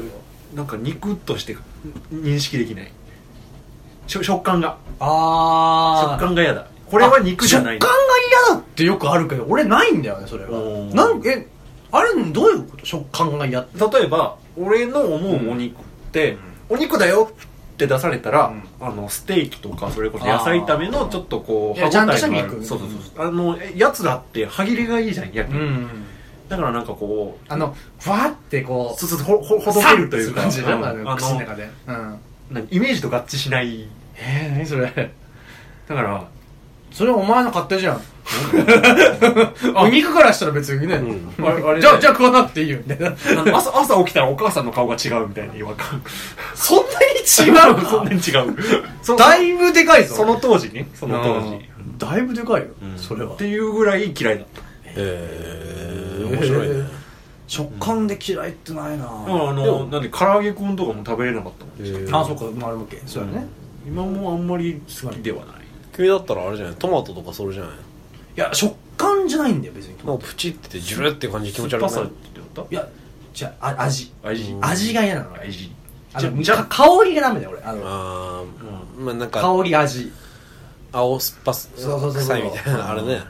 [SPEAKER 2] なんか肉として認識できないしょ食感が食
[SPEAKER 1] ああ
[SPEAKER 2] 感が嫌だこれは肉じゃない
[SPEAKER 1] 食感が嫌だってよくあるけど俺ないんだよねそれが
[SPEAKER 2] おー
[SPEAKER 1] なんかえあれどういうこと食感が嫌って
[SPEAKER 2] 例えば俺の思うお肉って、お肉だよって出されたら、
[SPEAKER 1] うん
[SPEAKER 2] あのステーキとかそれこそ野菜炒めのちょっとこう
[SPEAKER 1] いやちゃんとした
[SPEAKER 2] のある
[SPEAKER 1] 肉
[SPEAKER 2] そうそうそうあのえやつらって歯切れがいいじゃん焼き、
[SPEAKER 1] ん
[SPEAKER 2] だからなんかこう
[SPEAKER 1] あのふわってこう
[SPEAKER 2] そうそうほほほどけるというか
[SPEAKER 1] 感じなんか
[SPEAKER 2] う
[SPEAKER 1] ね
[SPEAKER 2] んあの
[SPEAKER 1] 口の中でうん
[SPEAKER 2] 何イメージと合致しない
[SPEAKER 1] えー何それ
[SPEAKER 2] だから
[SPEAKER 1] それお前の勝手
[SPEAKER 2] [laughs]
[SPEAKER 1] じゃんお肉からしたら別にね、
[SPEAKER 4] う
[SPEAKER 2] あれあれ
[SPEAKER 1] じゃあじゃあ食わなくていいよみたいな
[SPEAKER 2] あの朝朝起きたらお母さんの顔が違うみたいな違和感
[SPEAKER 1] そんなに違う
[SPEAKER 2] [laughs] そ
[SPEAKER 1] か
[SPEAKER 2] んなに違うそ
[SPEAKER 1] だいぶでかいぞ
[SPEAKER 2] その当時ねその当
[SPEAKER 1] う
[SPEAKER 2] 時
[SPEAKER 1] んだいぶでかいよ、それは
[SPEAKER 2] っていうぐらい嫌いだった
[SPEAKER 4] えー、面白いね。
[SPEAKER 1] 食感で嫌いってないな、
[SPEAKER 2] だからあのなんで唐揚げくんとかも食べれなかったもん
[SPEAKER 1] あそっか生まれ向けそうやね、い
[SPEAKER 2] 今もあんまり好きではない
[SPEAKER 4] 君だったらあれじゃないトマトとかそれじゃない
[SPEAKER 1] や食感じゃないんだよ別に
[SPEAKER 4] なんかプチってジュルって感じ気持ち
[SPEAKER 2] 酸っぱ
[SPEAKER 4] 悪くな
[SPEAKER 2] さっ
[SPEAKER 4] い
[SPEAKER 2] て言って
[SPEAKER 1] いやじゃああ味
[SPEAKER 2] た味
[SPEAKER 1] 味が嫌なのね
[SPEAKER 2] 味
[SPEAKER 1] あ
[SPEAKER 2] じゃ
[SPEAKER 1] の
[SPEAKER 2] じゃ
[SPEAKER 1] か香りがダメだよ俺あの
[SPEAKER 4] あー、まあなんか
[SPEAKER 1] 香り味
[SPEAKER 4] 青酸っぱす
[SPEAKER 1] そうそうそうそう
[SPEAKER 4] 臭いみたいなあれね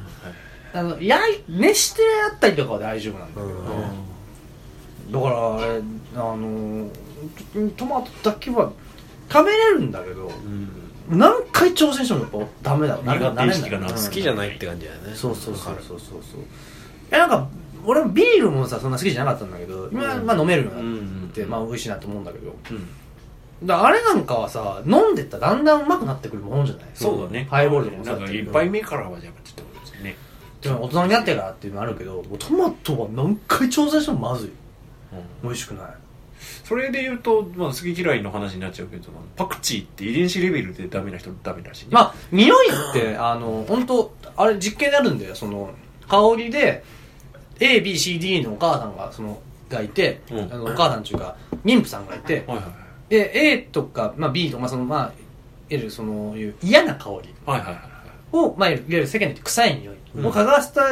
[SPEAKER 1] あのやい熱してあったりとかは大丈夫なんだけど、だからあれあのートマトだけは食べれるんだけど、何回挑戦してもやっぱダメだ
[SPEAKER 2] 苦手意識が
[SPEAKER 1] 慣れな
[SPEAKER 2] な
[SPEAKER 1] い
[SPEAKER 2] 好
[SPEAKER 4] 好きじゃないって感じだよね
[SPEAKER 1] そうそうそうそうそうそういやなんか俺もビールもさそんな好きじゃなかったんだけど今、まあ、飲めるようになって、まあ、美味しいなと思うんだけど、だあれなんかはさ飲んでったらだんだんうまくなってくるもんじゃない
[SPEAKER 2] そうだね
[SPEAKER 1] ハイボールとかも
[SPEAKER 2] な
[SPEAKER 1] さ
[SPEAKER 2] んか一杯目からはじゃあちょっとことですね
[SPEAKER 1] でも大人になってからっていうのあるけどもうトマトは何回挑戦してもまずい、美味しくない
[SPEAKER 2] それで言うと、まあ、好き嫌いの話になっちゃうけどパクチーって遺伝子レベルでダメな人ダメらしいね
[SPEAKER 1] まあ匂いってあの本当あれ実験であるんだよその香りで ABCD のお母さんがそのがいて、
[SPEAKER 2] うん
[SPEAKER 1] あのお母さんっていうか妊婦さんがいて、
[SPEAKER 2] はいはい
[SPEAKER 1] で A とか、まあ、B とか、まあ、そのまあいわゆるそのいう嫌な香り
[SPEAKER 2] はいはいはいはい
[SPEAKER 1] を、まあ、いわゆる世間で言って臭い匂いを嗅がせた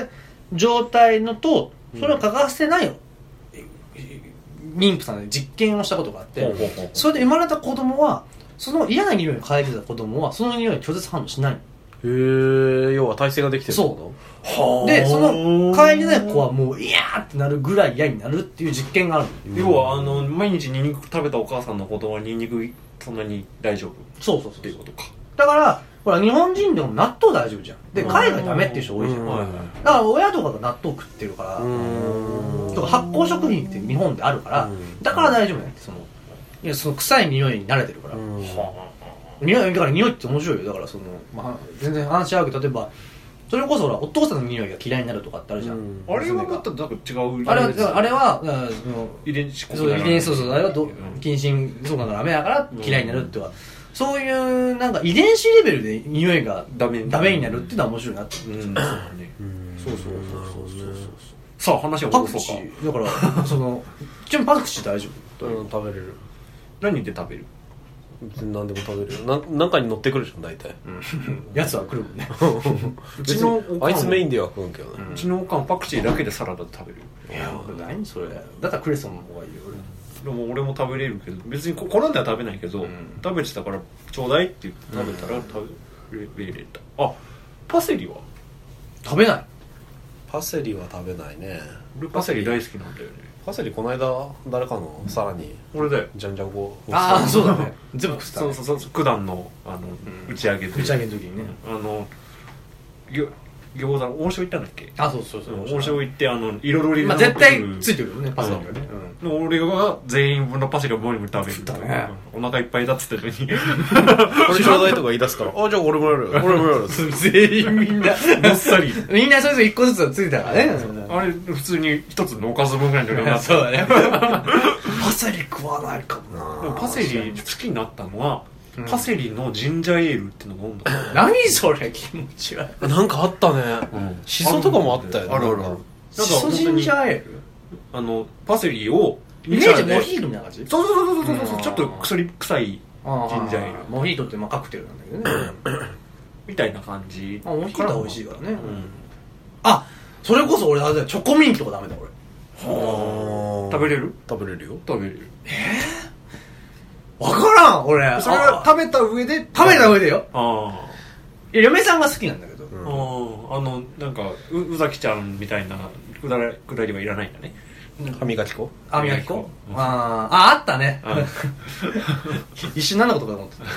[SPEAKER 1] 状態のと、それを嗅がせてないよ、妊婦さんで実験をしたことがあって、
[SPEAKER 2] ほうほうほう
[SPEAKER 1] それで生まれた子供はその嫌な匂いを嗅いでた子供はその匂いに拒絶反応しない
[SPEAKER 3] へー、要は体勢ができてる
[SPEAKER 1] そう
[SPEAKER 2] はあ
[SPEAKER 1] でその嗅いでない子はもう嫌ってなるぐらい嫌になるっていう実験がある
[SPEAKER 2] 要はあの毎日ニンニク食べたお母さんの子供はニンニクそんなに大丈夫っ
[SPEAKER 1] そうそうそ
[SPEAKER 2] て
[SPEAKER 1] う
[SPEAKER 2] いうことか
[SPEAKER 1] だからほら日本人でも納豆大丈夫じゃんで海外ダメっていう人多いじゃん
[SPEAKER 3] う
[SPEAKER 1] だか
[SPEAKER 3] ん
[SPEAKER 2] はい
[SPEAKER 1] ら親とかが納豆食ってるから
[SPEAKER 3] ーん
[SPEAKER 1] とか発酵食品って日本であるから
[SPEAKER 3] うん
[SPEAKER 1] だから大丈夫なんだってそのいやその臭い匂いに慣れてるから
[SPEAKER 3] うん
[SPEAKER 1] 匂いだから匂いって面白いよだからその、まあ、全然話し合うけど例えばそれこそほらお父さんの匂いが嫌いになるとかってあるじゃん、
[SPEAKER 3] うん
[SPEAKER 2] あれはまたなんか違う
[SPEAKER 1] あれはだからあれはだからその
[SPEAKER 2] 遺伝子
[SPEAKER 1] そう遺伝子そうそうあれはど
[SPEAKER 2] うん
[SPEAKER 1] 近親相関がダメだから
[SPEAKER 2] うん
[SPEAKER 1] 嫌いになるっては、そういうなんか遺伝子レベルで匂いが
[SPEAKER 2] ダメ
[SPEAKER 1] ダメになるっていうのは面白いなって
[SPEAKER 2] うんそうだね
[SPEAKER 3] うん
[SPEAKER 1] そうそうそうそうそうそう
[SPEAKER 2] さあ話を
[SPEAKER 1] パ
[SPEAKER 2] 戻
[SPEAKER 1] クチ
[SPEAKER 2] そうか
[SPEAKER 1] ーだから [laughs] そのちなみにパクチー大丈夫
[SPEAKER 4] うん、食べれる
[SPEAKER 2] 何で食べる
[SPEAKER 4] 別に何でも食べれるななんかに乗ってくるじゃん大体
[SPEAKER 1] やつは来るもんね
[SPEAKER 2] う
[SPEAKER 4] 別
[SPEAKER 2] ち
[SPEAKER 4] に
[SPEAKER 2] のおかんは
[SPEAKER 4] あいつメインでは食うんけどね
[SPEAKER 2] うちのおかんパクチーだけでサラダで食べる
[SPEAKER 1] [laughs] いや何それだったらクレソンの方がいいよ俺
[SPEAKER 2] でも俺も食べれるけど別にこ好んでは食べないけど、
[SPEAKER 1] ん
[SPEAKER 2] 食べてたからちょうだいって言って食べたら食べれれた、あパセリは
[SPEAKER 1] 食べない
[SPEAKER 4] パセリは食べないね
[SPEAKER 2] 俺パセリ大好きなんだよね
[SPEAKER 4] パセリこの間誰かのさらに
[SPEAKER 2] 俺だよ
[SPEAKER 4] じゃんじゃんこ
[SPEAKER 1] ああそうだね [laughs] 全部食ってた
[SPEAKER 2] そ
[SPEAKER 1] ね
[SPEAKER 2] うそうそう九段のあの、
[SPEAKER 1] ん
[SPEAKER 2] 打ち上げで
[SPEAKER 1] 打ち上げの時にね
[SPEAKER 2] あのぎょ餃子の王将行ったんだっけ
[SPEAKER 1] あそうそうそう
[SPEAKER 2] 王将行ってあの彩り
[SPEAKER 1] ま
[SPEAKER 2] が
[SPEAKER 1] あ絶対つい
[SPEAKER 2] て
[SPEAKER 1] てるよねパスタにはねうん
[SPEAKER 2] る俺が全員分のパセリをボリボリ食べる
[SPEAKER 1] 食ったね
[SPEAKER 2] お腹いっぱいだっつってるのに
[SPEAKER 4] これちょうだいとか言い出すからあじゃあ俺もやる [laughs] 俺もやる
[SPEAKER 1] 全員みんな
[SPEAKER 2] [laughs] もっさり
[SPEAKER 1] [laughs] みんなそれぞれ一個ずつついてたからね
[SPEAKER 2] あれ普通に一つのおかず分ぐらいの量にな
[SPEAKER 1] あ
[SPEAKER 2] って
[SPEAKER 1] [laughs] そうだねパセリ食わないかもな
[SPEAKER 2] でもパセリ好きになったのは、
[SPEAKER 1] ん
[SPEAKER 2] パセリのジンジャーエールってのが飲んだの、
[SPEAKER 1] 何それ気持ち悪い
[SPEAKER 4] なんかあったね
[SPEAKER 2] うん
[SPEAKER 4] シソとかもあったよね
[SPEAKER 2] あるあるあ
[SPEAKER 4] な
[SPEAKER 2] る
[SPEAKER 4] んか
[SPEAKER 2] な
[SPEAKER 1] シ
[SPEAKER 2] ん
[SPEAKER 1] ソ
[SPEAKER 2] か本
[SPEAKER 1] ジ
[SPEAKER 2] 当
[SPEAKER 1] ン
[SPEAKER 2] に
[SPEAKER 1] ジャーエール
[SPEAKER 2] あのパセリを
[SPEAKER 1] イメージモヒートみたいな感じ
[SPEAKER 2] そうそうそうそうそううんちょっと薬臭いジンジャーエール
[SPEAKER 1] あモヒートってまあカクテルなんだけ [clears throat] どね
[SPEAKER 2] みたいな感じ
[SPEAKER 1] あモヒートは美味しいからね
[SPEAKER 2] うん
[SPEAKER 1] あそれこそ俺あれだよチョコミントがダメだ俺
[SPEAKER 2] 食べれる
[SPEAKER 4] 食べれるよ
[SPEAKER 2] 食べれる
[SPEAKER 1] わからん俺
[SPEAKER 2] それは
[SPEAKER 1] あ
[SPEAKER 2] 食べた上で
[SPEAKER 1] 食べた上でよ
[SPEAKER 2] あ
[SPEAKER 1] いや嫁さんが好きなんだけど
[SPEAKER 2] ーあーあのなんかう宇崎ちゃんみたいなくだらくだりはいらないんだね
[SPEAKER 4] 歯磨き粉
[SPEAKER 1] あみ焼き粉
[SPEAKER 2] うん
[SPEAKER 1] あーああったね
[SPEAKER 2] うん
[SPEAKER 1] [laughs] 一瞬何のことかと思ってたい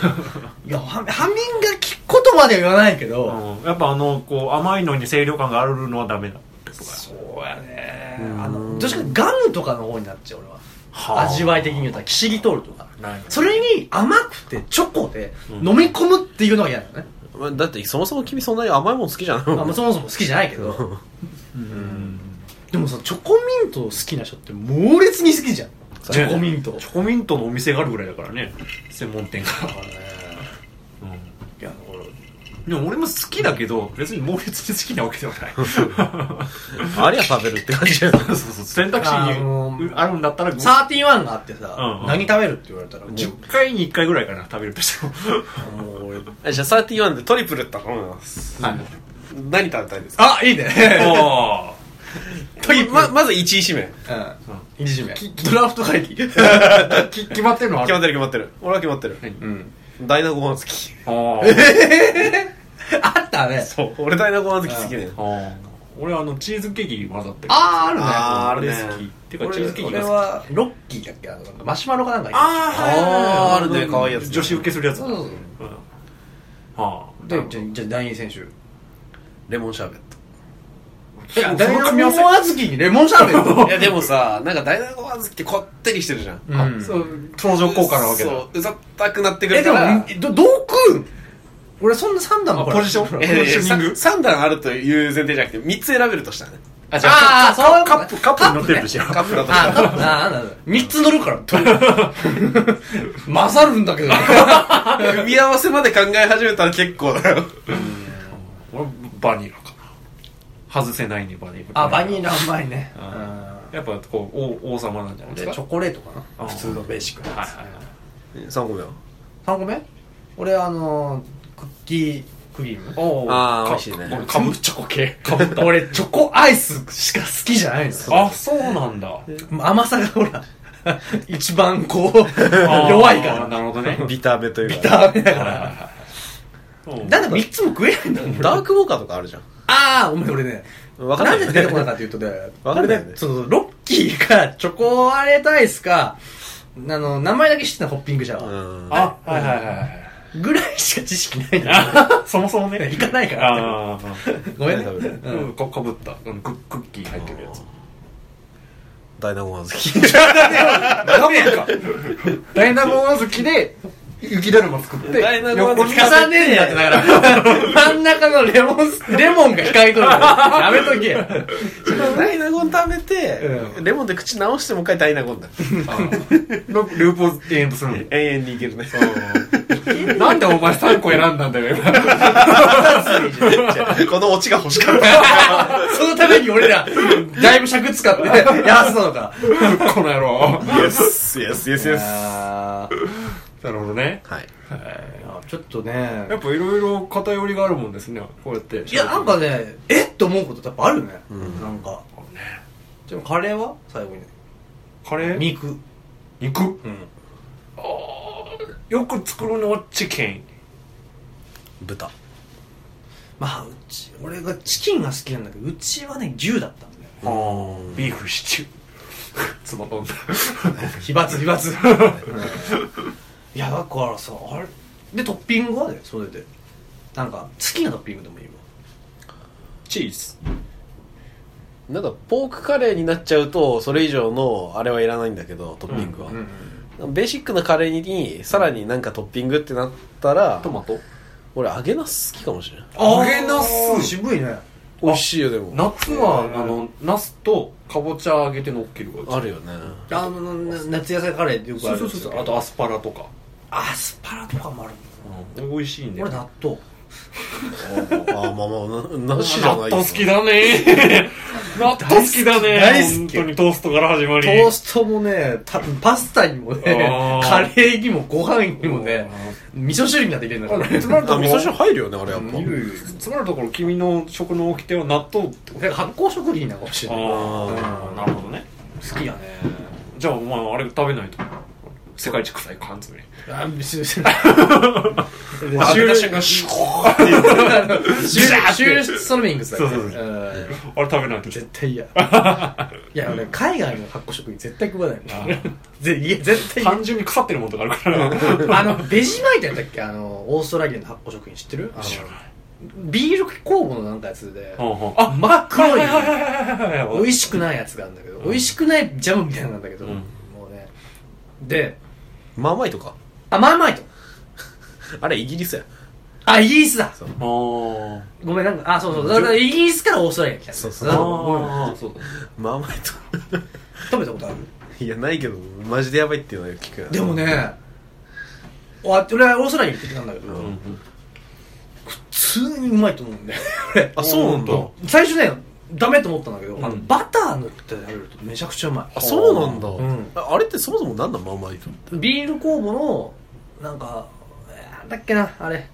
[SPEAKER 1] やは歯磨き粉とまでは言わないけど
[SPEAKER 2] うんやっぱあのこう甘いのに清涼感があるのはダメだ
[SPEAKER 1] そうやねあのどっちかっていうとガムとかの方になっちゃう俺は
[SPEAKER 2] はあ
[SPEAKER 1] 味わい的に言うたらキシリトールとか
[SPEAKER 2] ない
[SPEAKER 1] それに甘くてチョコで
[SPEAKER 2] うん
[SPEAKER 1] 飲み込むっていうのが嫌なのね、
[SPEAKER 4] まあだってそもそも君そんなに甘いもん好きじゃないもん
[SPEAKER 1] まあまあ、そもそも好きじゃないけど
[SPEAKER 2] うん
[SPEAKER 1] でもさチョコミント好きな人って猛烈に好きじゃんチョコミント、
[SPEAKER 2] チョコミントのお店があるぐらいだからね専門店が、うん
[SPEAKER 1] いや俺
[SPEAKER 2] でも俺も好きだけど別に猛烈に好きなわけではない
[SPEAKER 4] ありゃ食べるって感じだよね
[SPEAKER 2] そうそう選択肢に
[SPEAKER 1] あのー
[SPEAKER 2] うあるんだったら
[SPEAKER 1] サーティワンがあってさ、
[SPEAKER 2] うんうん
[SPEAKER 1] 何食べるって言われたらもう
[SPEAKER 2] 10回に1回ぐらいかな食べるとしても
[SPEAKER 1] もう俺
[SPEAKER 4] えじゃあ31でトリプル頼みます
[SPEAKER 1] はい
[SPEAKER 4] 何食べたいですか
[SPEAKER 1] あいいね
[SPEAKER 2] あ
[SPEAKER 1] トリプル
[SPEAKER 4] ままず1位指名
[SPEAKER 1] うんいじめドラフト会議
[SPEAKER 2] あ決まってるのあ
[SPEAKER 4] 決
[SPEAKER 2] る
[SPEAKER 4] まってる決まってる俺は決まってる
[SPEAKER 1] うん
[SPEAKER 4] ダイナゴマン好き
[SPEAKER 2] あー
[SPEAKER 1] [laughs] あったね
[SPEAKER 4] そう俺ダイナゴマン好き好きね
[SPEAKER 2] あー俺あのチーズケーキ混ざってる
[SPEAKER 1] あー
[SPEAKER 4] あ
[SPEAKER 1] あ
[SPEAKER 4] ー
[SPEAKER 1] る
[SPEAKER 4] ある
[SPEAKER 1] ね
[SPEAKER 4] ね
[SPEAKER 2] 俺好きてかチーズケーキ
[SPEAKER 1] 俺
[SPEAKER 2] が好き
[SPEAKER 1] はロッキーだっけあのなんかマシュマロかなんか
[SPEAKER 4] あーあるね可愛いやつ
[SPEAKER 2] 女子受けするやつ
[SPEAKER 1] そうそう
[SPEAKER 2] うんはあ
[SPEAKER 1] そうでじゃあじゃあ第二選手
[SPEAKER 4] レモンシャーベット
[SPEAKER 1] いや、大学の小豆にレモンシャーベット。 [laughs]
[SPEAKER 4] いやでもさなんかダイナゴマン好きってこってりしてるじゃん
[SPEAKER 1] うん
[SPEAKER 2] そう相乗効果なわけだ
[SPEAKER 4] そううざったくなってく
[SPEAKER 1] え、
[SPEAKER 4] る
[SPEAKER 1] で
[SPEAKER 4] か
[SPEAKER 1] も
[SPEAKER 4] ら、
[SPEAKER 1] ど、どう食うん俺そんな三段も
[SPEAKER 2] ポジション
[SPEAKER 1] ほら
[SPEAKER 2] え
[SPEAKER 4] え
[SPEAKER 2] シュミング
[SPEAKER 4] 3段あるという前提じゃなくて3つ選べるとしたらね
[SPEAKER 2] あじゃあ
[SPEAKER 1] ああ、そういう
[SPEAKER 2] カップカップに乗ってる
[SPEAKER 1] し。
[SPEAKER 2] し
[SPEAKER 4] カップだ
[SPEAKER 1] [laughs]
[SPEAKER 4] と
[SPEAKER 1] あー、カップ、あーなんだ。三つ乗るから。勝るんだけど。
[SPEAKER 4] 組み合わせまで考え始めたら結構だよ
[SPEAKER 2] 俺バニラかな外せないねバニラ
[SPEAKER 1] [laughs] あ、バニラうまいね。
[SPEAKER 2] うんやっぱこう王王様なんじゃない
[SPEAKER 1] で、
[SPEAKER 2] で
[SPEAKER 1] チ
[SPEAKER 2] すか
[SPEAKER 1] ョコレートか
[SPEAKER 2] あ
[SPEAKER 1] な。
[SPEAKER 2] ー
[SPEAKER 1] 普通のベーシックなやつ。
[SPEAKER 2] はいはいはい
[SPEAKER 4] 3個目は
[SPEAKER 1] 3個目俺、あのー、クッキー
[SPEAKER 2] クリーム
[SPEAKER 1] おう
[SPEAKER 4] ああ、美味しいね。
[SPEAKER 2] 俺カムチョコ系
[SPEAKER 1] 俺チョコアイスしか好きじゃないの
[SPEAKER 2] あそうなんだ
[SPEAKER 1] 甘さがほら [laughs] 一番こう弱いから
[SPEAKER 2] なるほどね
[SPEAKER 5] ビターベというかビ
[SPEAKER 1] ダメだからなんで3つも食えないんだもん
[SPEAKER 4] ダークウォーカーとかあるじゃん。
[SPEAKER 1] ああお前俺ね
[SPEAKER 4] わかんない
[SPEAKER 1] んで出てこなかったっていうとね
[SPEAKER 4] わかんないよね
[SPEAKER 1] そのロッキーかチョコアレタイスかあの名前だけ知ってたホッピングじゃ
[SPEAKER 4] う
[SPEAKER 1] わ、
[SPEAKER 4] ん。
[SPEAKER 2] あはいはいはい
[SPEAKER 1] ぐらいしか知識ないんだよ
[SPEAKER 4] [laughs]
[SPEAKER 2] あそもそもね
[SPEAKER 1] 行かないから
[SPEAKER 2] あー
[SPEAKER 1] ごめんね
[SPEAKER 4] 何食べる
[SPEAKER 1] う
[SPEAKER 2] うん
[SPEAKER 1] ん
[SPEAKER 2] かかぶったうんククッキー入ってるやつ
[SPEAKER 4] ダイナゴン小
[SPEAKER 2] ダメやんかダイナゴン小豆で雪だるま作って
[SPEAKER 4] ダイナゴン小豆
[SPEAKER 1] 重ねんだってだから真ん中のレモンスレモンが控えとる [laughs] からやめとけよ
[SPEAKER 4] 豆。ダイナゴン食べて
[SPEAKER 1] う、
[SPEAKER 4] レモンで口直してもう一回ダイナゴンだ。
[SPEAKER 2] ループを延々とするの
[SPEAKER 4] 永遠にいけるね。
[SPEAKER 2] なんでお前3個選んだんだよ、今。 [laughs]
[SPEAKER 4] このオチが欲し [laughs] かっ
[SPEAKER 1] [laughs]
[SPEAKER 4] た。
[SPEAKER 1] そのために俺ら、だいぶ尺使って、やらせたのか。
[SPEAKER 2] この野郎。
[SPEAKER 4] イエス、イエス、イエス、イエス。
[SPEAKER 1] あ
[SPEAKER 2] なるほどね。
[SPEAKER 4] はい。
[SPEAKER 1] ちょっとね
[SPEAKER 2] や。っぱいろいろ偏りがあるもんですね、こうやって。
[SPEAKER 1] いや、なんかね、えっと思うことやっぱあるね。なんか。でもカレーは最後に。
[SPEAKER 2] カレー
[SPEAKER 1] 肉。
[SPEAKER 2] 肉うん。あーよく作るのはチキン。
[SPEAKER 4] 豚。
[SPEAKER 1] まあ、うち、俺がチキンが好きなんだけど、うちはね、牛だったんだ
[SPEAKER 2] [laughs]
[SPEAKER 1] よ。
[SPEAKER 2] ビーフシチュー。 [laughs] つまとんだ。
[SPEAKER 1] 奇抜、奇
[SPEAKER 2] [laughs]
[SPEAKER 1] 抜。いや、だからさ、あれ。で、トッピングはね、それで。なんか、好きなトッピングでもいいわ。
[SPEAKER 2] チーズ。
[SPEAKER 4] なんか、ポークカレーになっちゃうと、それ以上の、あれはいらないんだけど、トッピングは。ベーシックなカレーに、さらになんかトッピングってなったら、
[SPEAKER 2] マト
[SPEAKER 4] 俺、揚げナス好きかもしれない。
[SPEAKER 1] 揚
[SPEAKER 2] げナス
[SPEAKER 1] 渋いね。
[SPEAKER 4] 美味しいよ、でも。
[SPEAKER 2] 夏は、あの、ナスとかぼちゃ揚げてのっけるわ。
[SPEAKER 4] あるよね。
[SPEAKER 1] あの、な夏野菜カレーってよくある
[SPEAKER 2] そうそうそうそう。あとアスパラとか。
[SPEAKER 1] アスパラとかもある
[SPEAKER 2] 美味しいね。
[SPEAKER 1] 俺納豆
[SPEAKER 4] ああ、まあまあ、な、なしじゃ
[SPEAKER 2] 納豆
[SPEAKER 4] ないよ
[SPEAKER 2] 好きだ [laughs] ね納豆好きだね
[SPEAKER 1] 大好き
[SPEAKER 2] 本当にトーストから始まり
[SPEAKER 1] トーストもねたパスタにもね
[SPEAKER 2] あー
[SPEAKER 1] カレーにもご飯にもね味噌汁になっていけるんだから
[SPEAKER 2] つまると
[SPEAKER 4] あ、
[SPEAKER 2] こ
[SPEAKER 4] 味噌汁入るよね、あれやっ
[SPEAKER 2] ろつまるところ君の食の掟は納豆ってこと
[SPEAKER 1] 俺 [laughs] 発酵食品なのかもしれない
[SPEAKER 2] ああなるほどね
[SPEAKER 1] 好きやね
[SPEAKER 2] じゃあお前あれ食べないと世界一臭い缶詰
[SPEAKER 1] あ別に
[SPEAKER 2] 開けた瞬
[SPEAKER 1] 収
[SPEAKER 2] 間シュコ
[SPEAKER 1] 収出ソルミングスだよね
[SPEAKER 2] そうそうそ
[SPEAKER 1] うん
[SPEAKER 2] あれ食べないと
[SPEAKER 1] 絶対嫌いや俺海外の発酵食品絶対食わないもんぜいや絶対嫌
[SPEAKER 2] 単純に腐ってるものとかある
[SPEAKER 1] [laughs]
[SPEAKER 2] から
[SPEAKER 1] あの、ベジマイトやったっけあの、オーストラリアの発酵食品知ってるあのビール酵母のなんかやつで、
[SPEAKER 2] あ
[SPEAKER 1] 真っ黒い、
[SPEAKER 2] はい
[SPEAKER 1] 美味しくないやつがあるんだけど、美味しくないジャムみたいなのなんだけど、
[SPEAKER 2] ん
[SPEAKER 1] もうね。で、
[SPEAKER 4] マーマイとか。
[SPEAKER 1] あ、マーマイト。
[SPEAKER 4] あれ、イギリスや。
[SPEAKER 1] あ、イギリスだ
[SPEAKER 2] あー
[SPEAKER 1] ごめん、なんか、あ、そうそう。だからイギリスからオーストラリアに来たんだ
[SPEAKER 4] そうそう
[SPEAKER 1] だからごめん
[SPEAKER 2] あーそうだ
[SPEAKER 4] マーマイ
[SPEAKER 1] 食べたことある
[SPEAKER 4] ト。 [laughs] いや、ないけど、マジでやばいっていうのはよく聞くよ
[SPEAKER 1] でも。ね、わ俺はオーストラリアに行ってきたんだけど、
[SPEAKER 2] うん
[SPEAKER 1] 普通にうまいと思うんだよ、 [laughs] 俺
[SPEAKER 4] あ、そうなんだ。
[SPEAKER 1] 最初ね、ダメと思ったんだけど、あの
[SPEAKER 2] うん
[SPEAKER 1] バター塗って食べるとめちゃくちゃうまい。
[SPEAKER 4] あ、そうなんだ。
[SPEAKER 1] うん
[SPEAKER 4] ああれってそもそもなんだ、マーマイトって。
[SPEAKER 1] ビール酵母のなんかえーなんだっけなあれ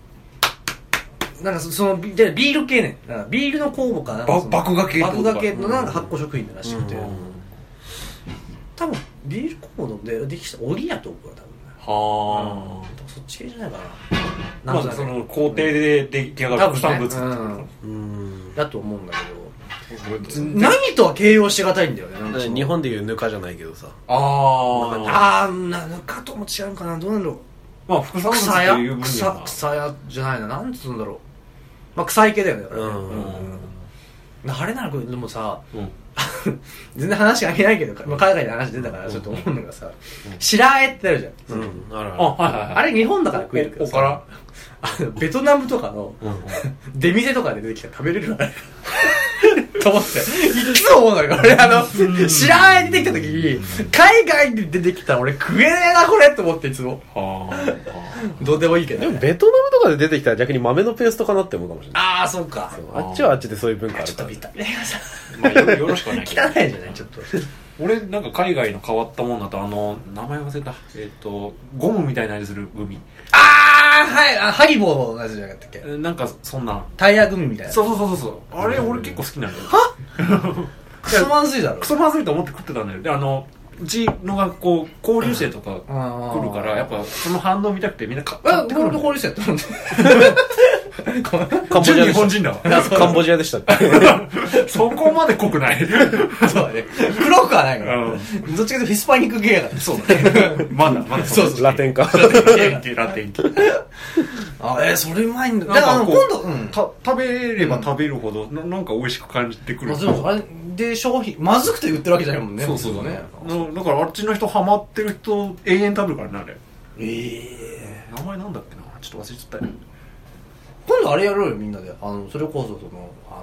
[SPEAKER 1] なんかそそのビでビール系ねだからビールの酵母かな
[SPEAKER 2] ば
[SPEAKER 1] その
[SPEAKER 2] 爆芽系ってこと
[SPEAKER 1] 爆
[SPEAKER 2] か
[SPEAKER 1] 芽系のなんか発酵食品らしくて、多分ビール酵母でできたオギやと思うよ多分ね
[SPEAKER 2] は
[SPEAKER 1] 多分そっち系じゃないか
[SPEAKER 2] あ
[SPEAKER 1] な
[SPEAKER 2] ま
[SPEAKER 1] なん
[SPEAKER 2] あ
[SPEAKER 1] か
[SPEAKER 2] その工程で出来上が
[SPEAKER 1] 多
[SPEAKER 2] る
[SPEAKER 1] 分
[SPEAKER 2] 副産
[SPEAKER 1] ね
[SPEAKER 2] 物ってこと
[SPEAKER 1] うん
[SPEAKER 4] うん。
[SPEAKER 1] だと思うんだけど
[SPEAKER 2] あ
[SPEAKER 1] 何とは形容しがたいんだよねなんかその
[SPEAKER 4] 日本でいうぬかじゃないけどさ。
[SPEAKER 2] あー
[SPEAKER 1] ああなぬかとも違うかなどうなんだろう
[SPEAKER 2] まあ副産物
[SPEAKER 1] 草
[SPEAKER 2] っていう
[SPEAKER 1] や
[SPEAKER 2] 分に
[SPEAKER 1] 草
[SPEAKER 2] は
[SPEAKER 1] 草やじゃないななんつうんだろうまあ草い系だよねだからね
[SPEAKER 4] うん
[SPEAKER 1] あれならこれでもさ
[SPEAKER 2] うん
[SPEAKER 1] [laughs] 全然話関係ないけど、まあ、海外の話出たからちょっと思うのがさ、白あえってあるじゃん、
[SPEAKER 4] うん。ある
[SPEAKER 2] あは
[SPEAKER 4] ある。
[SPEAKER 2] いはいはい
[SPEAKER 1] あれ日本だから食えるけど
[SPEAKER 2] おから
[SPEAKER 1] さあのベトナムとかの出店とかで出てきたら食べれるのあれと思っていつも思うのよ俺あの白あえ出てきた時に海外で出てきたら俺食えねえなこれと思っていつも
[SPEAKER 2] は
[SPEAKER 1] どうでもいいけ
[SPEAKER 4] で
[SPEAKER 1] ど、
[SPEAKER 4] も、ベトナムとかで出てきたら逆に豆のペーストかなって思うかもしれない。
[SPEAKER 1] ああそうか
[SPEAKER 4] あっちはあっちでそういう文化あ
[SPEAKER 1] ち
[SPEAKER 4] る
[SPEAKER 1] ょっと
[SPEAKER 4] から
[SPEAKER 1] 見。た目がさ
[SPEAKER 2] あまあよよろしくはないけど
[SPEAKER 1] [laughs] 汚いじゃないち
[SPEAKER 2] [laughs]
[SPEAKER 1] ょっと
[SPEAKER 2] 俺なんか海外の変わったもんだとあの名前忘れたえっとゴムみたいな味するグミ
[SPEAKER 1] あはい、あ、ハリボーのやつじゃなかったっけ
[SPEAKER 2] えなんかそんな
[SPEAKER 1] タイヤグミみたいな。
[SPEAKER 2] そうそうそうそうあれ俺結構好きなんだよ
[SPEAKER 1] クソまずいだろ
[SPEAKER 2] ク。ソまずいと思って食ってたんだよであのうちの学校交流生とか来るからやっぱその反応見たくてみんな買
[SPEAKER 1] あ、
[SPEAKER 2] っ
[SPEAKER 1] こ
[SPEAKER 2] て
[SPEAKER 1] れ
[SPEAKER 2] くる
[SPEAKER 1] の
[SPEAKER 2] の
[SPEAKER 1] 交流者やったもんね。
[SPEAKER 4] カンボジ
[SPEAKER 2] 純日
[SPEAKER 4] アでし
[SPEAKER 2] 本人だわ
[SPEAKER 4] た。カンボジアでしたっ
[SPEAKER 2] [laughs]
[SPEAKER 4] け
[SPEAKER 2] そこまで濃くない
[SPEAKER 1] そうだね。黒くはないから。
[SPEAKER 2] う
[SPEAKER 1] ど
[SPEAKER 2] ん
[SPEAKER 1] っちかというとヒスパニック系やから。
[SPEAKER 2] [laughs] そうだねまだまだ
[SPEAKER 1] そう
[SPEAKER 2] だ
[SPEAKER 4] ラテンか。
[SPEAKER 2] ラテン系ラ [laughs] テン系
[SPEAKER 1] あ、えー、それうまいんだ。
[SPEAKER 2] な
[SPEAKER 1] だ
[SPEAKER 2] ん
[SPEAKER 1] か
[SPEAKER 2] か
[SPEAKER 1] らあの
[SPEAKER 2] こう
[SPEAKER 1] 今度、うん。
[SPEAKER 2] た食べれば食べるほど、ななんか美味しく感じてくる
[SPEAKER 1] まあ、でもあれで商品、まずくて売ってるわけじゃないもんね。
[SPEAKER 2] そうそうだね
[SPEAKER 1] 本当に
[SPEAKER 2] なだからあっちの人ハマってる人永遠食べるからねあれ
[SPEAKER 1] ええ
[SPEAKER 2] 名前なんだっけなちょっと忘れちゃったよ
[SPEAKER 1] 今度あれやろうよ、みんなで。あの、それこそ、その、あ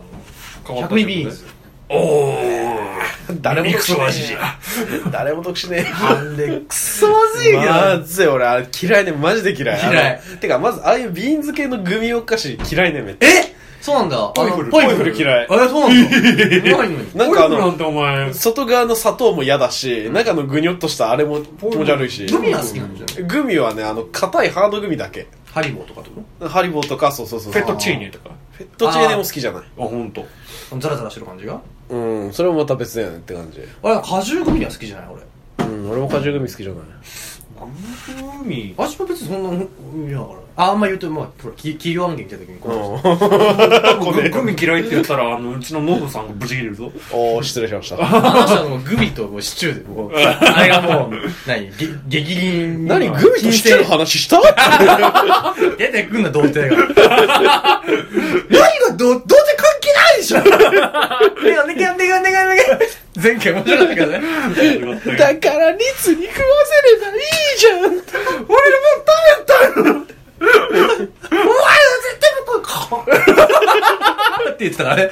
[SPEAKER 2] 変わ
[SPEAKER 1] の、
[SPEAKER 2] った
[SPEAKER 1] 100ミリビーンズ。
[SPEAKER 4] 誰
[SPEAKER 2] [laughs]
[SPEAKER 4] も
[SPEAKER 2] ミ
[SPEAKER 4] 得
[SPEAKER 2] ク
[SPEAKER 4] し
[SPEAKER 2] ソ
[SPEAKER 4] ね
[SPEAKER 2] 味じゃ
[SPEAKER 4] え。誰も得し [laughs] ね
[SPEAKER 1] あんで、くそまずい
[SPEAKER 4] え。
[SPEAKER 1] けど。
[SPEAKER 4] まずい、俺、あれ嫌いね、マジで嫌い。あの
[SPEAKER 1] 嫌い。
[SPEAKER 4] てか、まず、ああいうビーンズ系のグミお菓子嫌いね、めっちゃ。
[SPEAKER 1] えそうなんだ。ポ
[SPEAKER 2] イフル
[SPEAKER 4] ポイフル嫌い
[SPEAKER 1] え、そうなんだ。うまいのに。
[SPEAKER 4] なんか
[SPEAKER 2] [laughs]
[SPEAKER 4] あ
[SPEAKER 2] なん
[SPEAKER 4] の、
[SPEAKER 2] てお前
[SPEAKER 4] 外側の砂糖も嫌だし、中のぐにょっとしたあれも気持ち悪いし。
[SPEAKER 1] グミは好きなんじゃない
[SPEAKER 4] グミはね、あの、硬いハードグミだけ。
[SPEAKER 1] ハリボーとかってこ
[SPEAKER 4] ハリボーとか、そうそうそう。
[SPEAKER 2] フェットチーニとかあ
[SPEAKER 4] フェットチーネも好きじゃない。
[SPEAKER 2] 本当。
[SPEAKER 1] とザラザラしてる感じが
[SPEAKER 4] うん、それもまた別だよねって感じ。
[SPEAKER 1] あれ、果汁グミは好きじゃない俺。
[SPEAKER 4] うん、俺も果汁グミ好きじゃない。
[SPEAKER 2] グミ
[SPEAKER 1] 私も別にそんなうん、いやだから。ああんま言うと、まあ、ほら、き企業案件来た時にこの人、
[SPEAKER 2] ググミ嫌いって言ったらあのうちのノブさんがブチ切れるぞ
[SPEAKER 4] おー、失礼しました。
[SPEAKER 1] あの人はもうグミともうシチューで、もう、あれがもう、何、げ激銀。
[SPEAKER 4] [laughs] 何グミとシチューの話した [laughs]
[SPEAKER 1] 出てくんな、童貞 [laughs] が。何が童、童貞関係ないでしょ [laughs] お願いお願いお [laughs] 願いお願い。前回面白かったけどね。
[SPEAKER 4] だから、リツに食わせればいいじゃん俺も食 [laughs]
[SPEAKER 1] って言ってたからね。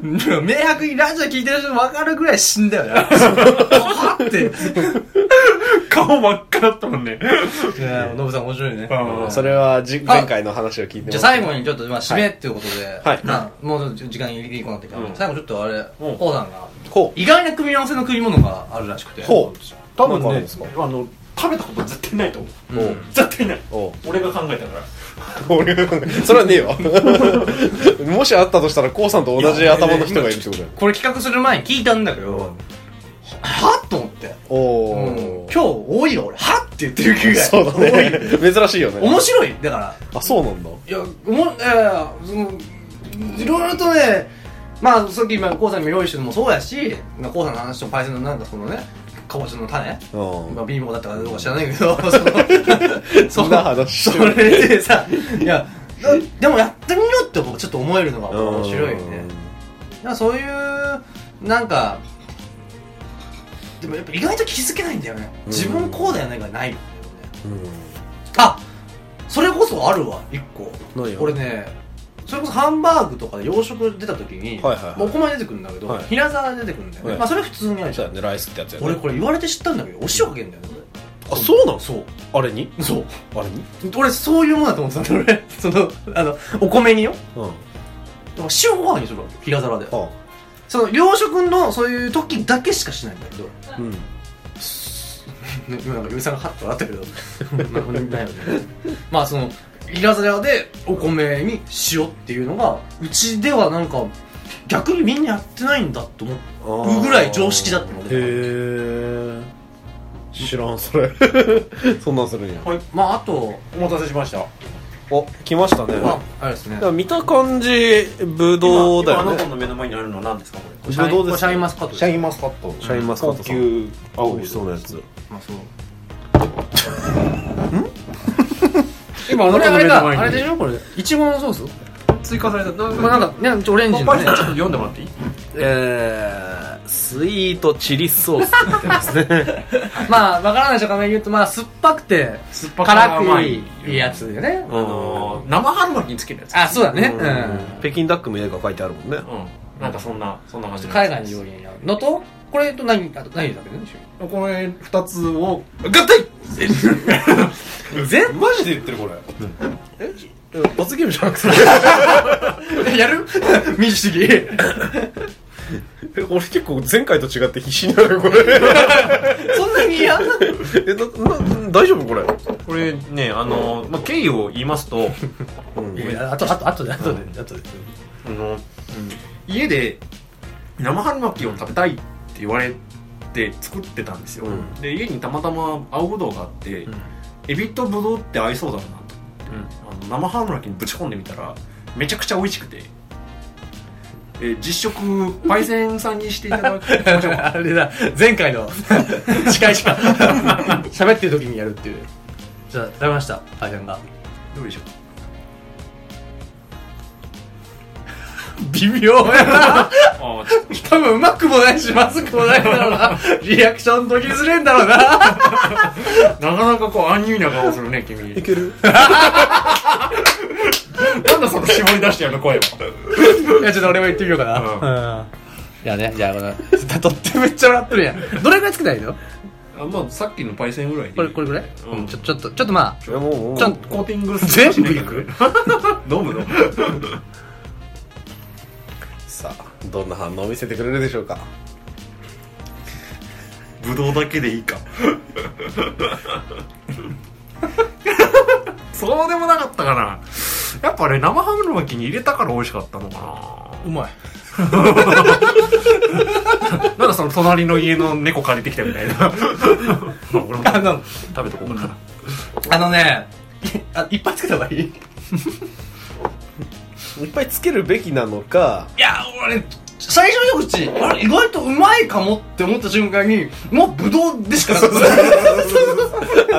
[SPEAKER 1] もう明白にラジオ聞いてる人分かるぐらい死んだよ
[SPEAKER 4] [laughs]
[SPEAKER 1] ね。はって。
[SPEAKER 2] [laughs] 顔真っ赤だったもんね
[SPEAKER 1] ノブさん面白いね。
[SPEAKER 2] あ
[SPEAKER 4] それはじ、前回の話を聞いてま
[SPEAKER 1] じ
[SPEAKER 4] す
[SPEAKER 1] ゃあ最後にちょっと、まあ、締めっていうことで、
[SPEAKER 4] はい
[SPEAKER 1] まあもうちょっと時間ギリギリこうなってきた、
[SPEAKER 2] うん
[SPEAKER 1] 最後ちょっとあれ、
[SPEAKER 2] うん
[SPEAKER 1] コウさんが、
[SPEAKER 4] ほ
[SPEAKER 1] 意外な組み合わせの食い物があるらしくて。
[SPEAKER 4] ほ
[SPEAKER 2] 多分
[SPEAKER 4] なんかあるん
[SPEAKER 2] ね
[SPEAKER 4] ですか
[SPEAKER 2] あの食べたこと絶対ないと思う
[SPEAKER 4] う。おう
[SPEAKER 2] 絶対ない
[SPEAKER 4] おう
[SPEAKER 2] 俺が考えたから
[SPEAKER 4] 俺それはねえ [laughs] わもしあったとしたらこうさんと同じ頭の人がいるってことだよ
[SPEAKER 1] これ企画する前に聞いたんだけど、ははっと思って。
[SPEAKER 4] お
[SPEAKER 1] うん
[SPEAKER 4] お
[SPEAKER 1] 今日多いよ俺、はっって言ってる気が。
[SPEAKER 4] そうだね [laughs] 珍しいよね
[SPEAKER 1] 面白いだから。
[SPEAKER 4] あそうなんだ
[SPEAKER 1] いや、おも、いやいや、その、いろいろとね、まあ、さっき今、コウさんにも用意してるのもそうやし、まあコウさんの話ともパイセンのなんかそのね、かぼちゃの種、ま
[SPEAKER 4] う
[SPEAKER 1] あ、貧乏だったかどうか知らないけ
[SPEAKER 4] [laughs]
[SPEAKER 1] ど、その、
[SPEAKER 4] んな話
[SPEAKER 1] それでさ、いや、なでもやってみようってちょっと思えるのが面白いよね。だからそういう、なんか、でもやっぱ意外と気づけないんだよね。
[SPEAKER 4] うん
[SPEAKER 1] 自分こうだよねがない。
[SPEAKER 4] うんうん
[SPEAKER 1] あそれこそあるわ1個
[SPEAKER 4] 何よ
[SPEAKER 1] 俺ねそれこそハンバーグとかで洋食出た時に、
[SPEAKER 4] はいはいはい
[SPEAKER 1] もうお米出てくるんだけど、
[SPEAKER 4] はい
[SPEAKER 1] 平皿で出てくるんだよね、
[SPEAKER 4] はい
[SPEAKER 1] まあそれ普通にあるじ
[SPEAKER 4] そ
[SPEAKER 1] ゃ、
[SPEAKER 4] うんだねライスってやつやね
[SPEAKER 1] 俺これ言われて知ったんだけどお塩かけんだよね
[SPEAKER 4] あそうな
[SPEAKER 1] 俺
[SPEAKER 4] の
[SPEAKER 1] そう
[SPEAKER 4] あれに
[SPEAKER 1] そう
[SPEAKER 4] あれに
[SPEAKER 1] 俺そういうもんだと思ってたんだ俺 [laughs] そのあのお米によ
[SPEAKER 4] うんあ
[SPEAKER 1] だから塩ご飯にするわけ平皿で
[SPEAKER 4] あ
[SPEAKER 1] その洋食のそういう時だけしかしないんだけど、ね、
[SPEAKER 4] うん
[SPEAKER 1] 今なんか嫁さんがハッと笑 [laughs] ったけどなんかないよねまあその平皿でお米に塩っていうのがうちではなんか逆にみんなやってないんだと思うぐらい常識だったの
[SPEAKER 4] へ
[SPEAKER 1] で
[SPEAKER 4] え知らんそれ [laughs] そんなんするんや
[SPEAKER 1] まああと
[SPEAKER 2] お待たせしました
[SPEAKER 4] お来ましたね
[SPEAKER 1] はあれですね
[SPEAKER 4] でも見た感じブドウだよ
[SPEAKER 2] 今今あな
[SPEAKER 4] ね
[SPEAKER 2] たの目の前にあるのは何ですかこれ
[SPEAKER 4] ブドウです
[SPEAKER 1] シャインマスカットです
[SPEAKER 2] インマスカット
[SPEAKER 4] シャインマスカットさ
[SPEAKER 2] 高
[SPEAKER 4] ん
[SPEAKER 2] 級
[SPEAKER 4] 青美味しそうなやつ
[SPEAKER 1] まあそう
[SPEAKER 2] 今あ
[SPEAKER 1] こ
[SPEAKER 2] な
[SPEAKER 1] れ
[SPEAKER 2] た
[SPEAKER 1] あ
[SPEAKER 2] の
[SPEAKER 1] れか
[SPEAKER 2] 目の前に
[SPEAKER 1] あれでしょこれいちごのソース
[SPEAKER 2] 追加されたなん
[SPEAKER 1] まあなんかねちょオレンジの
[SPEAKER 2] パリ
[SPEAKER 1] ね
[SPEAKER 2] さんちょっと読んでもらっていい
[SPEAKER 4] えー、スイートチリソースって書いてますね
[SPEAKER 1] まあわからない人から言うとまあ酸っぱくて
[SPEAKER 2] 酸っぱく
[SPEAKER 1] 辛く
[SPEAKER 2] 甘
[SPEAKER 1] いいいやつだよね
[SPEAKER 2] あのー生春巻きにつけるやつ
[SPEAKER 1] あそうだね
[SPEAKER 4] うん北京ダックの絵が書いてあるもんね
[SPEAKER 2] うんなんかそんなそんな感じ
[SPEAKER 1] うん
[SPEAKER 2] の
[SPEAKER 1] 海外の料理に合うのとこれと何あと何だけでしょ
[SPEAKER 2] これ二つを合体
[SPEAKER 1] [laughs] 全
[SPEAKER 4] マジで言ってるこれえ罰ゲームじゃなく
[SPEAKER 1] [laughs]
[SPEAKER 4] て
[SPEAKER 1] やる民主
[SPEAKER 4] [laughs]
[SPEAKER 1] 主義。[laughs]
[SPEAKER 4] 俺結構前回と違って必死になるこれ
[SPEAKER 1] そんなに嫌な
[SPEAKER 4] えなな
[SPEAKER 6] 大丈夫これ
[SPEAKER 2] これねあの、まあ、経緯を言いますと
[SPEAKER 3] いやあとあとあとであとであとで
[SPEAKER 1] [laughs]
[SPEAKER 2] あの、 [laughs] 家で生春巻きを食べたいって言われて作ってたんですよ、
[SPEAKER 4] ん
[SPEAKER 2] で家にたまたま青ぶどうがあって、
[SPEAKER 3] ん
[SPEAKER 2] エビとぶどうって合いそうだなと思って、あの生春巻きにぶち込んでみたらめちゃくちゃ美味しくてで実食パイセンさんにしていた [laughs] だく
[SPEAKER 3] あれだ前回 [laughs] の司会しか [laughs] 喋ってる時にやるっていうじゃあ食べましたパイセンが
[SPEAKER 2] どうでしょう
[SPEAKER 3] 微妙やな
[SPEAKER 2] あーちょっ
[SPEAKER 3] 多分うまくもないしまずくもないだろうなリアクション取りづれんだろうな
[SPEAKER 2] となかなかこうアンニュイな顔するね君いけるなんだその絞り出してやる声はい
[SPEAKER 3] やちょっと俺も言ってみようかな、うんいやねじゃあこのとってめっちゃ笑ってるやんどれぐらいつけたらいいの
[SPEAKER 2] あまあさっきのパイセンぐらいで
[SPEAKER 3] これこれぐらい、
[SPEAKER 2] うん
[SPEAKER 3] ちょちょっとちょっとまあ
[SPEAKER 6] いやもうもう
[SPEAKER 3] ちゃん
[SPEAKER 2] コーティング
[SPEAKER 3] 全部いく
[SPEAKER 2] [laughs] 飲むの
[SPEAKER 4] さあどんな反応を見せてくれるでしょうか
[SPEAKER 2] ぶどうだけでいいか [laughs] そうでもなかったかなやっぱね生ハムの巻きに入れたから美味しかったのか
[SPEAKER 6] うまい
[SPEAKER 2] ななんかその隣の家の猫借りてきたみたいなまあ俺も
[SPEAKER 3] あの
[SPEAKER 2] 食べとこうかな
[SPEAKER 3] あのねいあいっぱいつけた方がいいい
[SPEAKER 4] いっぱいつけるべきなのか
[SPEAKER 3] や俺最初の一口あれ意外とうまいかもって思った瞬間にもうブドウでしかなかった
[SPEAKER 4] あ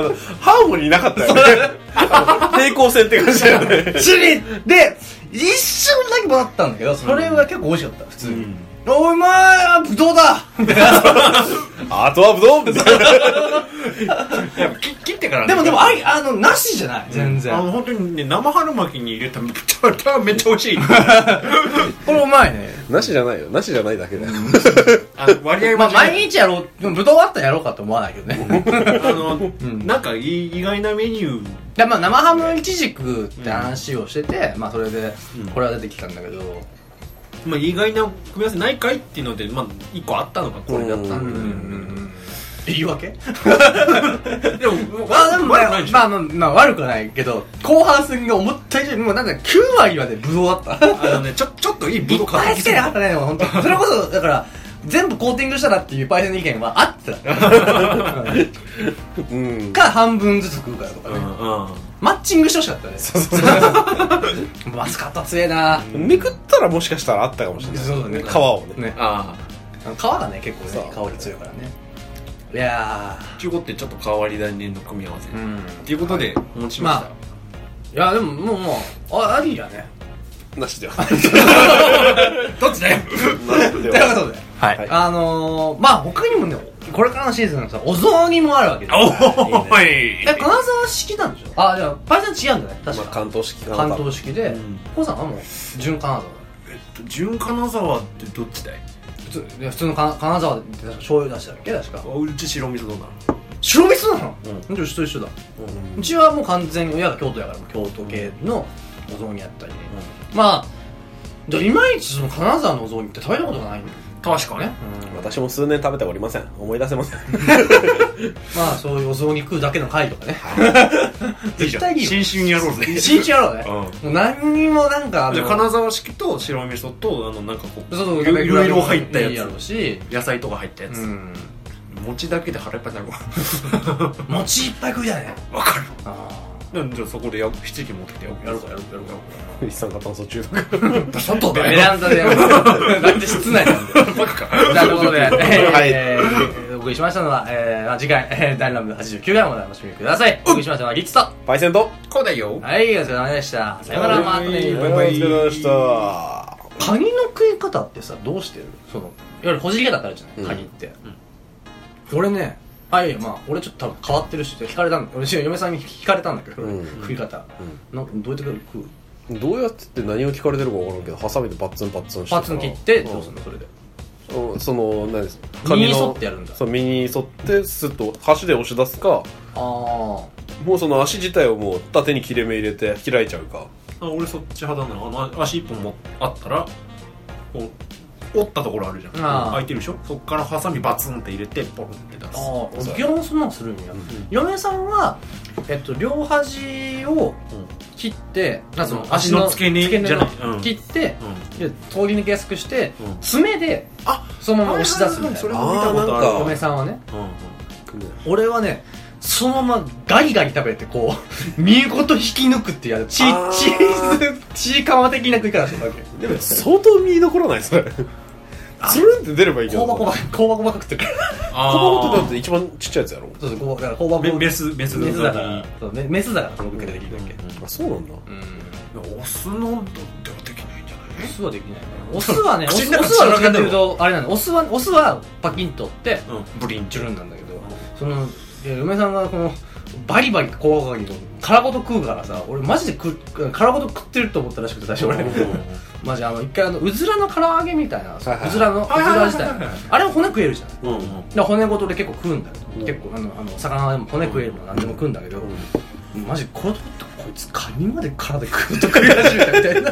[SPEAKER 4] のハーモニーなかった [laughs] よねあの平行線って感じだよね
[SPEAKER 3] チリで一瞬だけもらったんだけどそれは結構美味しかった普通に、おうまいブドウだ
[SPEAKER 4] あとはブドウみたいな
[SPEAKER 2] き切ってからね
[SPEAKER 1] でもでもありあのなしじゃない全然
[SPEAKER 2] あの本当にね生春巻きに入れためっちゃめっちゃ美味しい
[SPEAKER 3] これうまいね
[SPEAKER 4] なしじゃないよなしじゃないだけだよ
[SPEAKER 2] [laughs] あの割合
[SPEAKER 1] まあ
[SPEAKER 2] 間違い
[SPEAKER 1] 毎日やろうでもブドウあったらやろうかと思わないけどね
[SPEAKER 2] あの、なんかい意外なメニュー
[SPEAKER 1] でまあ生ハムイチジクって話をしてて、まあそれでこれは出てきたんだけど、
[SPEAKER 2] まあ、意外な組み合わせないかいっていうので、まあ、一個あったのがこれだったんで、
[SPEAKER 1] 言い訳
[SPEAKER 2] でも、
[SPEAKER 1] まあでもね
[SPEAKER 2] 悪くないでしょ
[SPEAKER 1] まあまあ、まあ、悪くはないけど後半戦が思った以上にもうなんか9割までブドウだった
[SPEAKER 2] あのね、ちょ、ちょっといいブドウ買
[SPEAKER 1] 大好
[SPEAKER 2] って
[SPEAKER 1] き
[SPEAKER 2] き
[SPEAKER 1] な
[SPEAKER 2] た
[SPEAKER 1] あったね本当それこそだから全部コーティングしたらっていうパイセンの意見はあってた
[SPEAKER 4] うん
[SPEAKER 1] か半分ずつ食うからとかね、マッチングしてほしかったねそうそうそうマスカット強えな
[SPEAKER 4] めくったらもしかしたらあったかもしれない
[SPEAKER 1] そうだね
[SPEAKER 4] 皮をね
[SPEAKER 1] ね
[SPEAKER 2] あ
[SPEAKER 1] 皮がね結構ね
[SPEAKER 4] そ
[SPEAKER 1] 香り強いからねいや
[SPEAKER 2] あ、中古ってちょっと変わり種の組み合わせ。
[SPEAKER 1] ー
[SPEAKER 2] と、
[SPEAKER 1] ん
[SPEAKER 2] いうことで、お持ちしまし
[SPEAKER 1] ま
[SPEAKER 2] た
[SPEAKER 1] あ。いやでももうもうあありやね
[SPEAKER 4] なしでは
[SPEAKER 1] どっちだよ
[SPEAKER 4] なし
[SPEAKER 1] と
[SPEAKER 4] で
[SPEAKER 1] いう
[SPEAKER 4] は
[SPEAKER 1] ことで
[SPEAKER 3] はい、
[SPEAKER 4] はい
[SPEAKER 1] あのー、まあ他にもねこれからのシーズンのさお雑煮もあるわけですよ
[SPEAKER 2] おーい
[SPEAKER 1] え金沢式なんでしょあじゃあパイセン違うんだね確
[SPEAKER 4] [laughs] まあ
[SPEAKER 1] か、
[SPEAKER 4] 関東式かな
[SPEAKER 1] 関東式で
[SPEAKER 2] ん
[SPEAKER 1] コウさんはもう純金沢
[SPEAKER 2] 純金沢ってどっちだい
[SPEAKER 1] 普通いや普通の金金沢で確か醤油出したっけ確か
[SPEAKER 2] うち白味噌どうなの
[SPEAKER 1] 白味噌なの、うん、じゃあうちと一緒だ、うちはもう完全に親が京都やからもう京都系のお雑煮やったり、まあじゃあいまいちその金沢のお雑煮って食べたことがないんだよ
[SPEAKER 2] 確かね。
[SPEAKER 4] 私も数年食べておりません思い出せません
[SPEAKER 1] まあそういうお雑煮食うだけの回とかね
[SPEAKER 2] いいじ
[SPEAKER 1] 絶
[SPEAKER 2] ゃ
[SPEAKER 1] 対 [laughs]
[SPEAKER 2] ん。
[SPEAKER 1] にいいよ
[SPEAKER 2] 新春にやろうぜ。
[SPEAKER 1] 一日やろうね、
[SPEAKER 2] う
[SPEAKER 1] もう何にもなんかあの
[SPEAKER 2] じゃあ金沢式と白味噌と、あの、なんかこう、
[SPEAKER 1] そうそう
[SPEAKER 2] いろいろいろ入った
[SPEAKER 1] いいや
[SPEAKER 2] や
[SPEAKER 1] ろうし
[SPEAKER 2] つ。野菜とか入ったやつ。
[SPEAKER 1] うん
[SPEAKER 2] 餅だけで腹いっぱいになるわ。
[SPEAKER 1] 餅いっぱい食いたいね
[SPEAKER 2] わかる。
[SPEAKER 1] あ
[SPEAKER 2] なんじゃあそこでや七匹持ってきてややろうかやろうかやろうか
[SPEAKER 4] 一酸化炭素中毒
[SPEAKER 1] あ外だよベランダで [laughs] やるだって室内なんだよ
[SPEAKER 2] バカか [laughs]
[SPEAKER 1] じゃあということで、
[SPEAKER 4] はい
[SPEAKER 1] えー、お送りしましたのは、えーまあ、次回、えー、ダイナム89回もお楽しみくださいお送りしましたのはリッツと
[SPEAKER 4] パイセント
[SPEAKER 2] こうだよ
[SPEAKER 1] はいお疲れ様でしたさよならまたね
[SPEAKER 4] バイバイお疲れ様でした
[SPEAKER 1] カニの食い方ってさどうしてるそのいわゆるほじり方ってあるじゃないカニって、俺ねあいやまあ俺ちょっと多分変わってるし聞かれたんだ俺嫁さんに聞かれたんだけど、
[SPEAKER 4] うん
[SPEAKER 1] 食い方、なんかどうやって食う
[SPEAKER 4] どうやってって何を聞かれてるか分からんけどハサミでバッツンバッツンして
[SPEAKER 1] パーツに切ってどうすんのそれで
[SPEAKER 4] うんその何です
[SPEAKER 1] 身に沿ってやるんだ
[SPEAKER 4] そう身に沿ってスッと箸で押し出すか
[SPEAKER 1] あ
[SPEAKER 4] もうその足自体をもう縦に切れ目入れて開いちゃうか
[SPEAKER 2] あ俺そっち派だなあの足一本もあったらこう折ったところあるじゃん
[SPEAKER 1] ああ
[SPEAKER 2] 開いてるでしょそっからハサミバツンって入れてポンって出す
[SPEAKER 1] ああ基本そんなんするんや、嫁さんは、えっと、両端を切って、なんかそ
[SPEAKER 2] うん足の付け根
[SPEAKER 1] 付
[SPEAKER 2] じゃないうん
[SPEAKER 1] 切って、
[SPEAKER 2] う
[SPEAKER 1] で通り抜けやすくして、
[SPEAKER 2] うん
[SPEAKER 1] 爪で
[SPEAKER 2] あ
[SPEAKER 1] そのまま押し出すみたい
[SPEAKER 2] それ
[SPEAKER 1] な
[SPEAKER 2] も見たことある
[SPEAKER 4] あーなんか
[SPEAKER 1] 嫁さんはね
[SPEAKER 2] うんうん
[SPEAKER 1] 俺はねそのままガリガリ食べてこう [laughs] 身ごと引き抜くっていうやつチ
[SPEAKER 4] あー
[SPEAKER 1] チーズチーカマ的な食い方してたわけ
[SPEAKER 4] でも相当身残らないそれつるんって出ればいいけど
[SPEAKER 1] 香箱ば香箱ばっか食ってるから
[SPEAKER 4] 香箱ってだ
[SPEAKER 2] あ
[SPEAKER 4] って一番ちっちゃいやつやろ
[SPEAKER 1] そうそうこうだから香箱
[SPEAKER 2] ーメメスメス
[SPEAKER 1] メスだから
[SPEAKER 2] に
[SPEAKER 1] そうメメスだからその食い方できるわけ、
[SPEAKER 4] あそうなんだ
[SPEAKER 2] オスのではできないんじゃ
[SPEAKER 1] オ
[SPEAKER 2] な
[SPEAKER 1] スはできないねオスはねオ
[SPEAKER 2] 口
[SPEAKER 1] ス
[SPEAKER 2] の中
[SPEAKER 1] オスはどっちか
[SPEAKER 2] 口の中
[SPEAKER 1] っ
[SPEAKER 2] で
[SPEAKER 1] ていうとあれなのオスはオスはパキンと折って
[SPEAKER 2] いうんブリン
[SPEAKER 1] チ
[SPEAKER 2] チ
[SPEAKER 1] ュル
[SPEAKER 2] ュルン
[SPEAKER 1] ンなんだけどそのいや嫁さんがこのバリバリ怖がりの殻ごと食うからさ俺マジで食う殻ごと食ってると思ったらしくて最初俺マジあの一回あのうずらの唐揚げみたいなうず
[SPEAKER 4] はい
[SPEAKER 1] らのうずら自
[SPEAKER 2] はいはい
[SPEAKER 1] 体
[SPEAKER 2] はい
[SPEAKER 1] あれは骨食えるじゃん
[SPEAKER 4] うん
[SPEAKER 1] だから骨ごとで結構食うんだけど、結構あのあの魚でも骨食えるも何でも食うんだけど、マジこれとこいつカニまで殻で食うと食い始めたみたい
[SPEAKER 4] [laughs]
[SPEAKER 1] な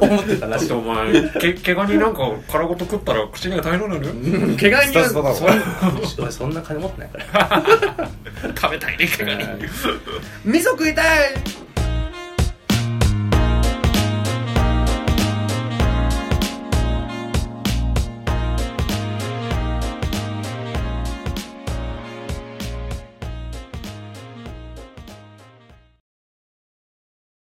[SPEAKER 1] 思ってたら
[SPEAKER 2] だ
[SPEAKER 1] し
[SPEAKER 2] っ
[SPEAKER 1] い
[SPEAKER 2] てお前け毛ガニなんか殻ごと食ったら口には大変なのよ
[SPEAKER 1] 毛ガニは
[SPEAKER 4] スタスタだろ
[SPEAKER 1] そん俺そんな金持ってないから
[SPEAKER 2] 食べたいね毛ガニ
[SPEAKER 1] 味噌食いたい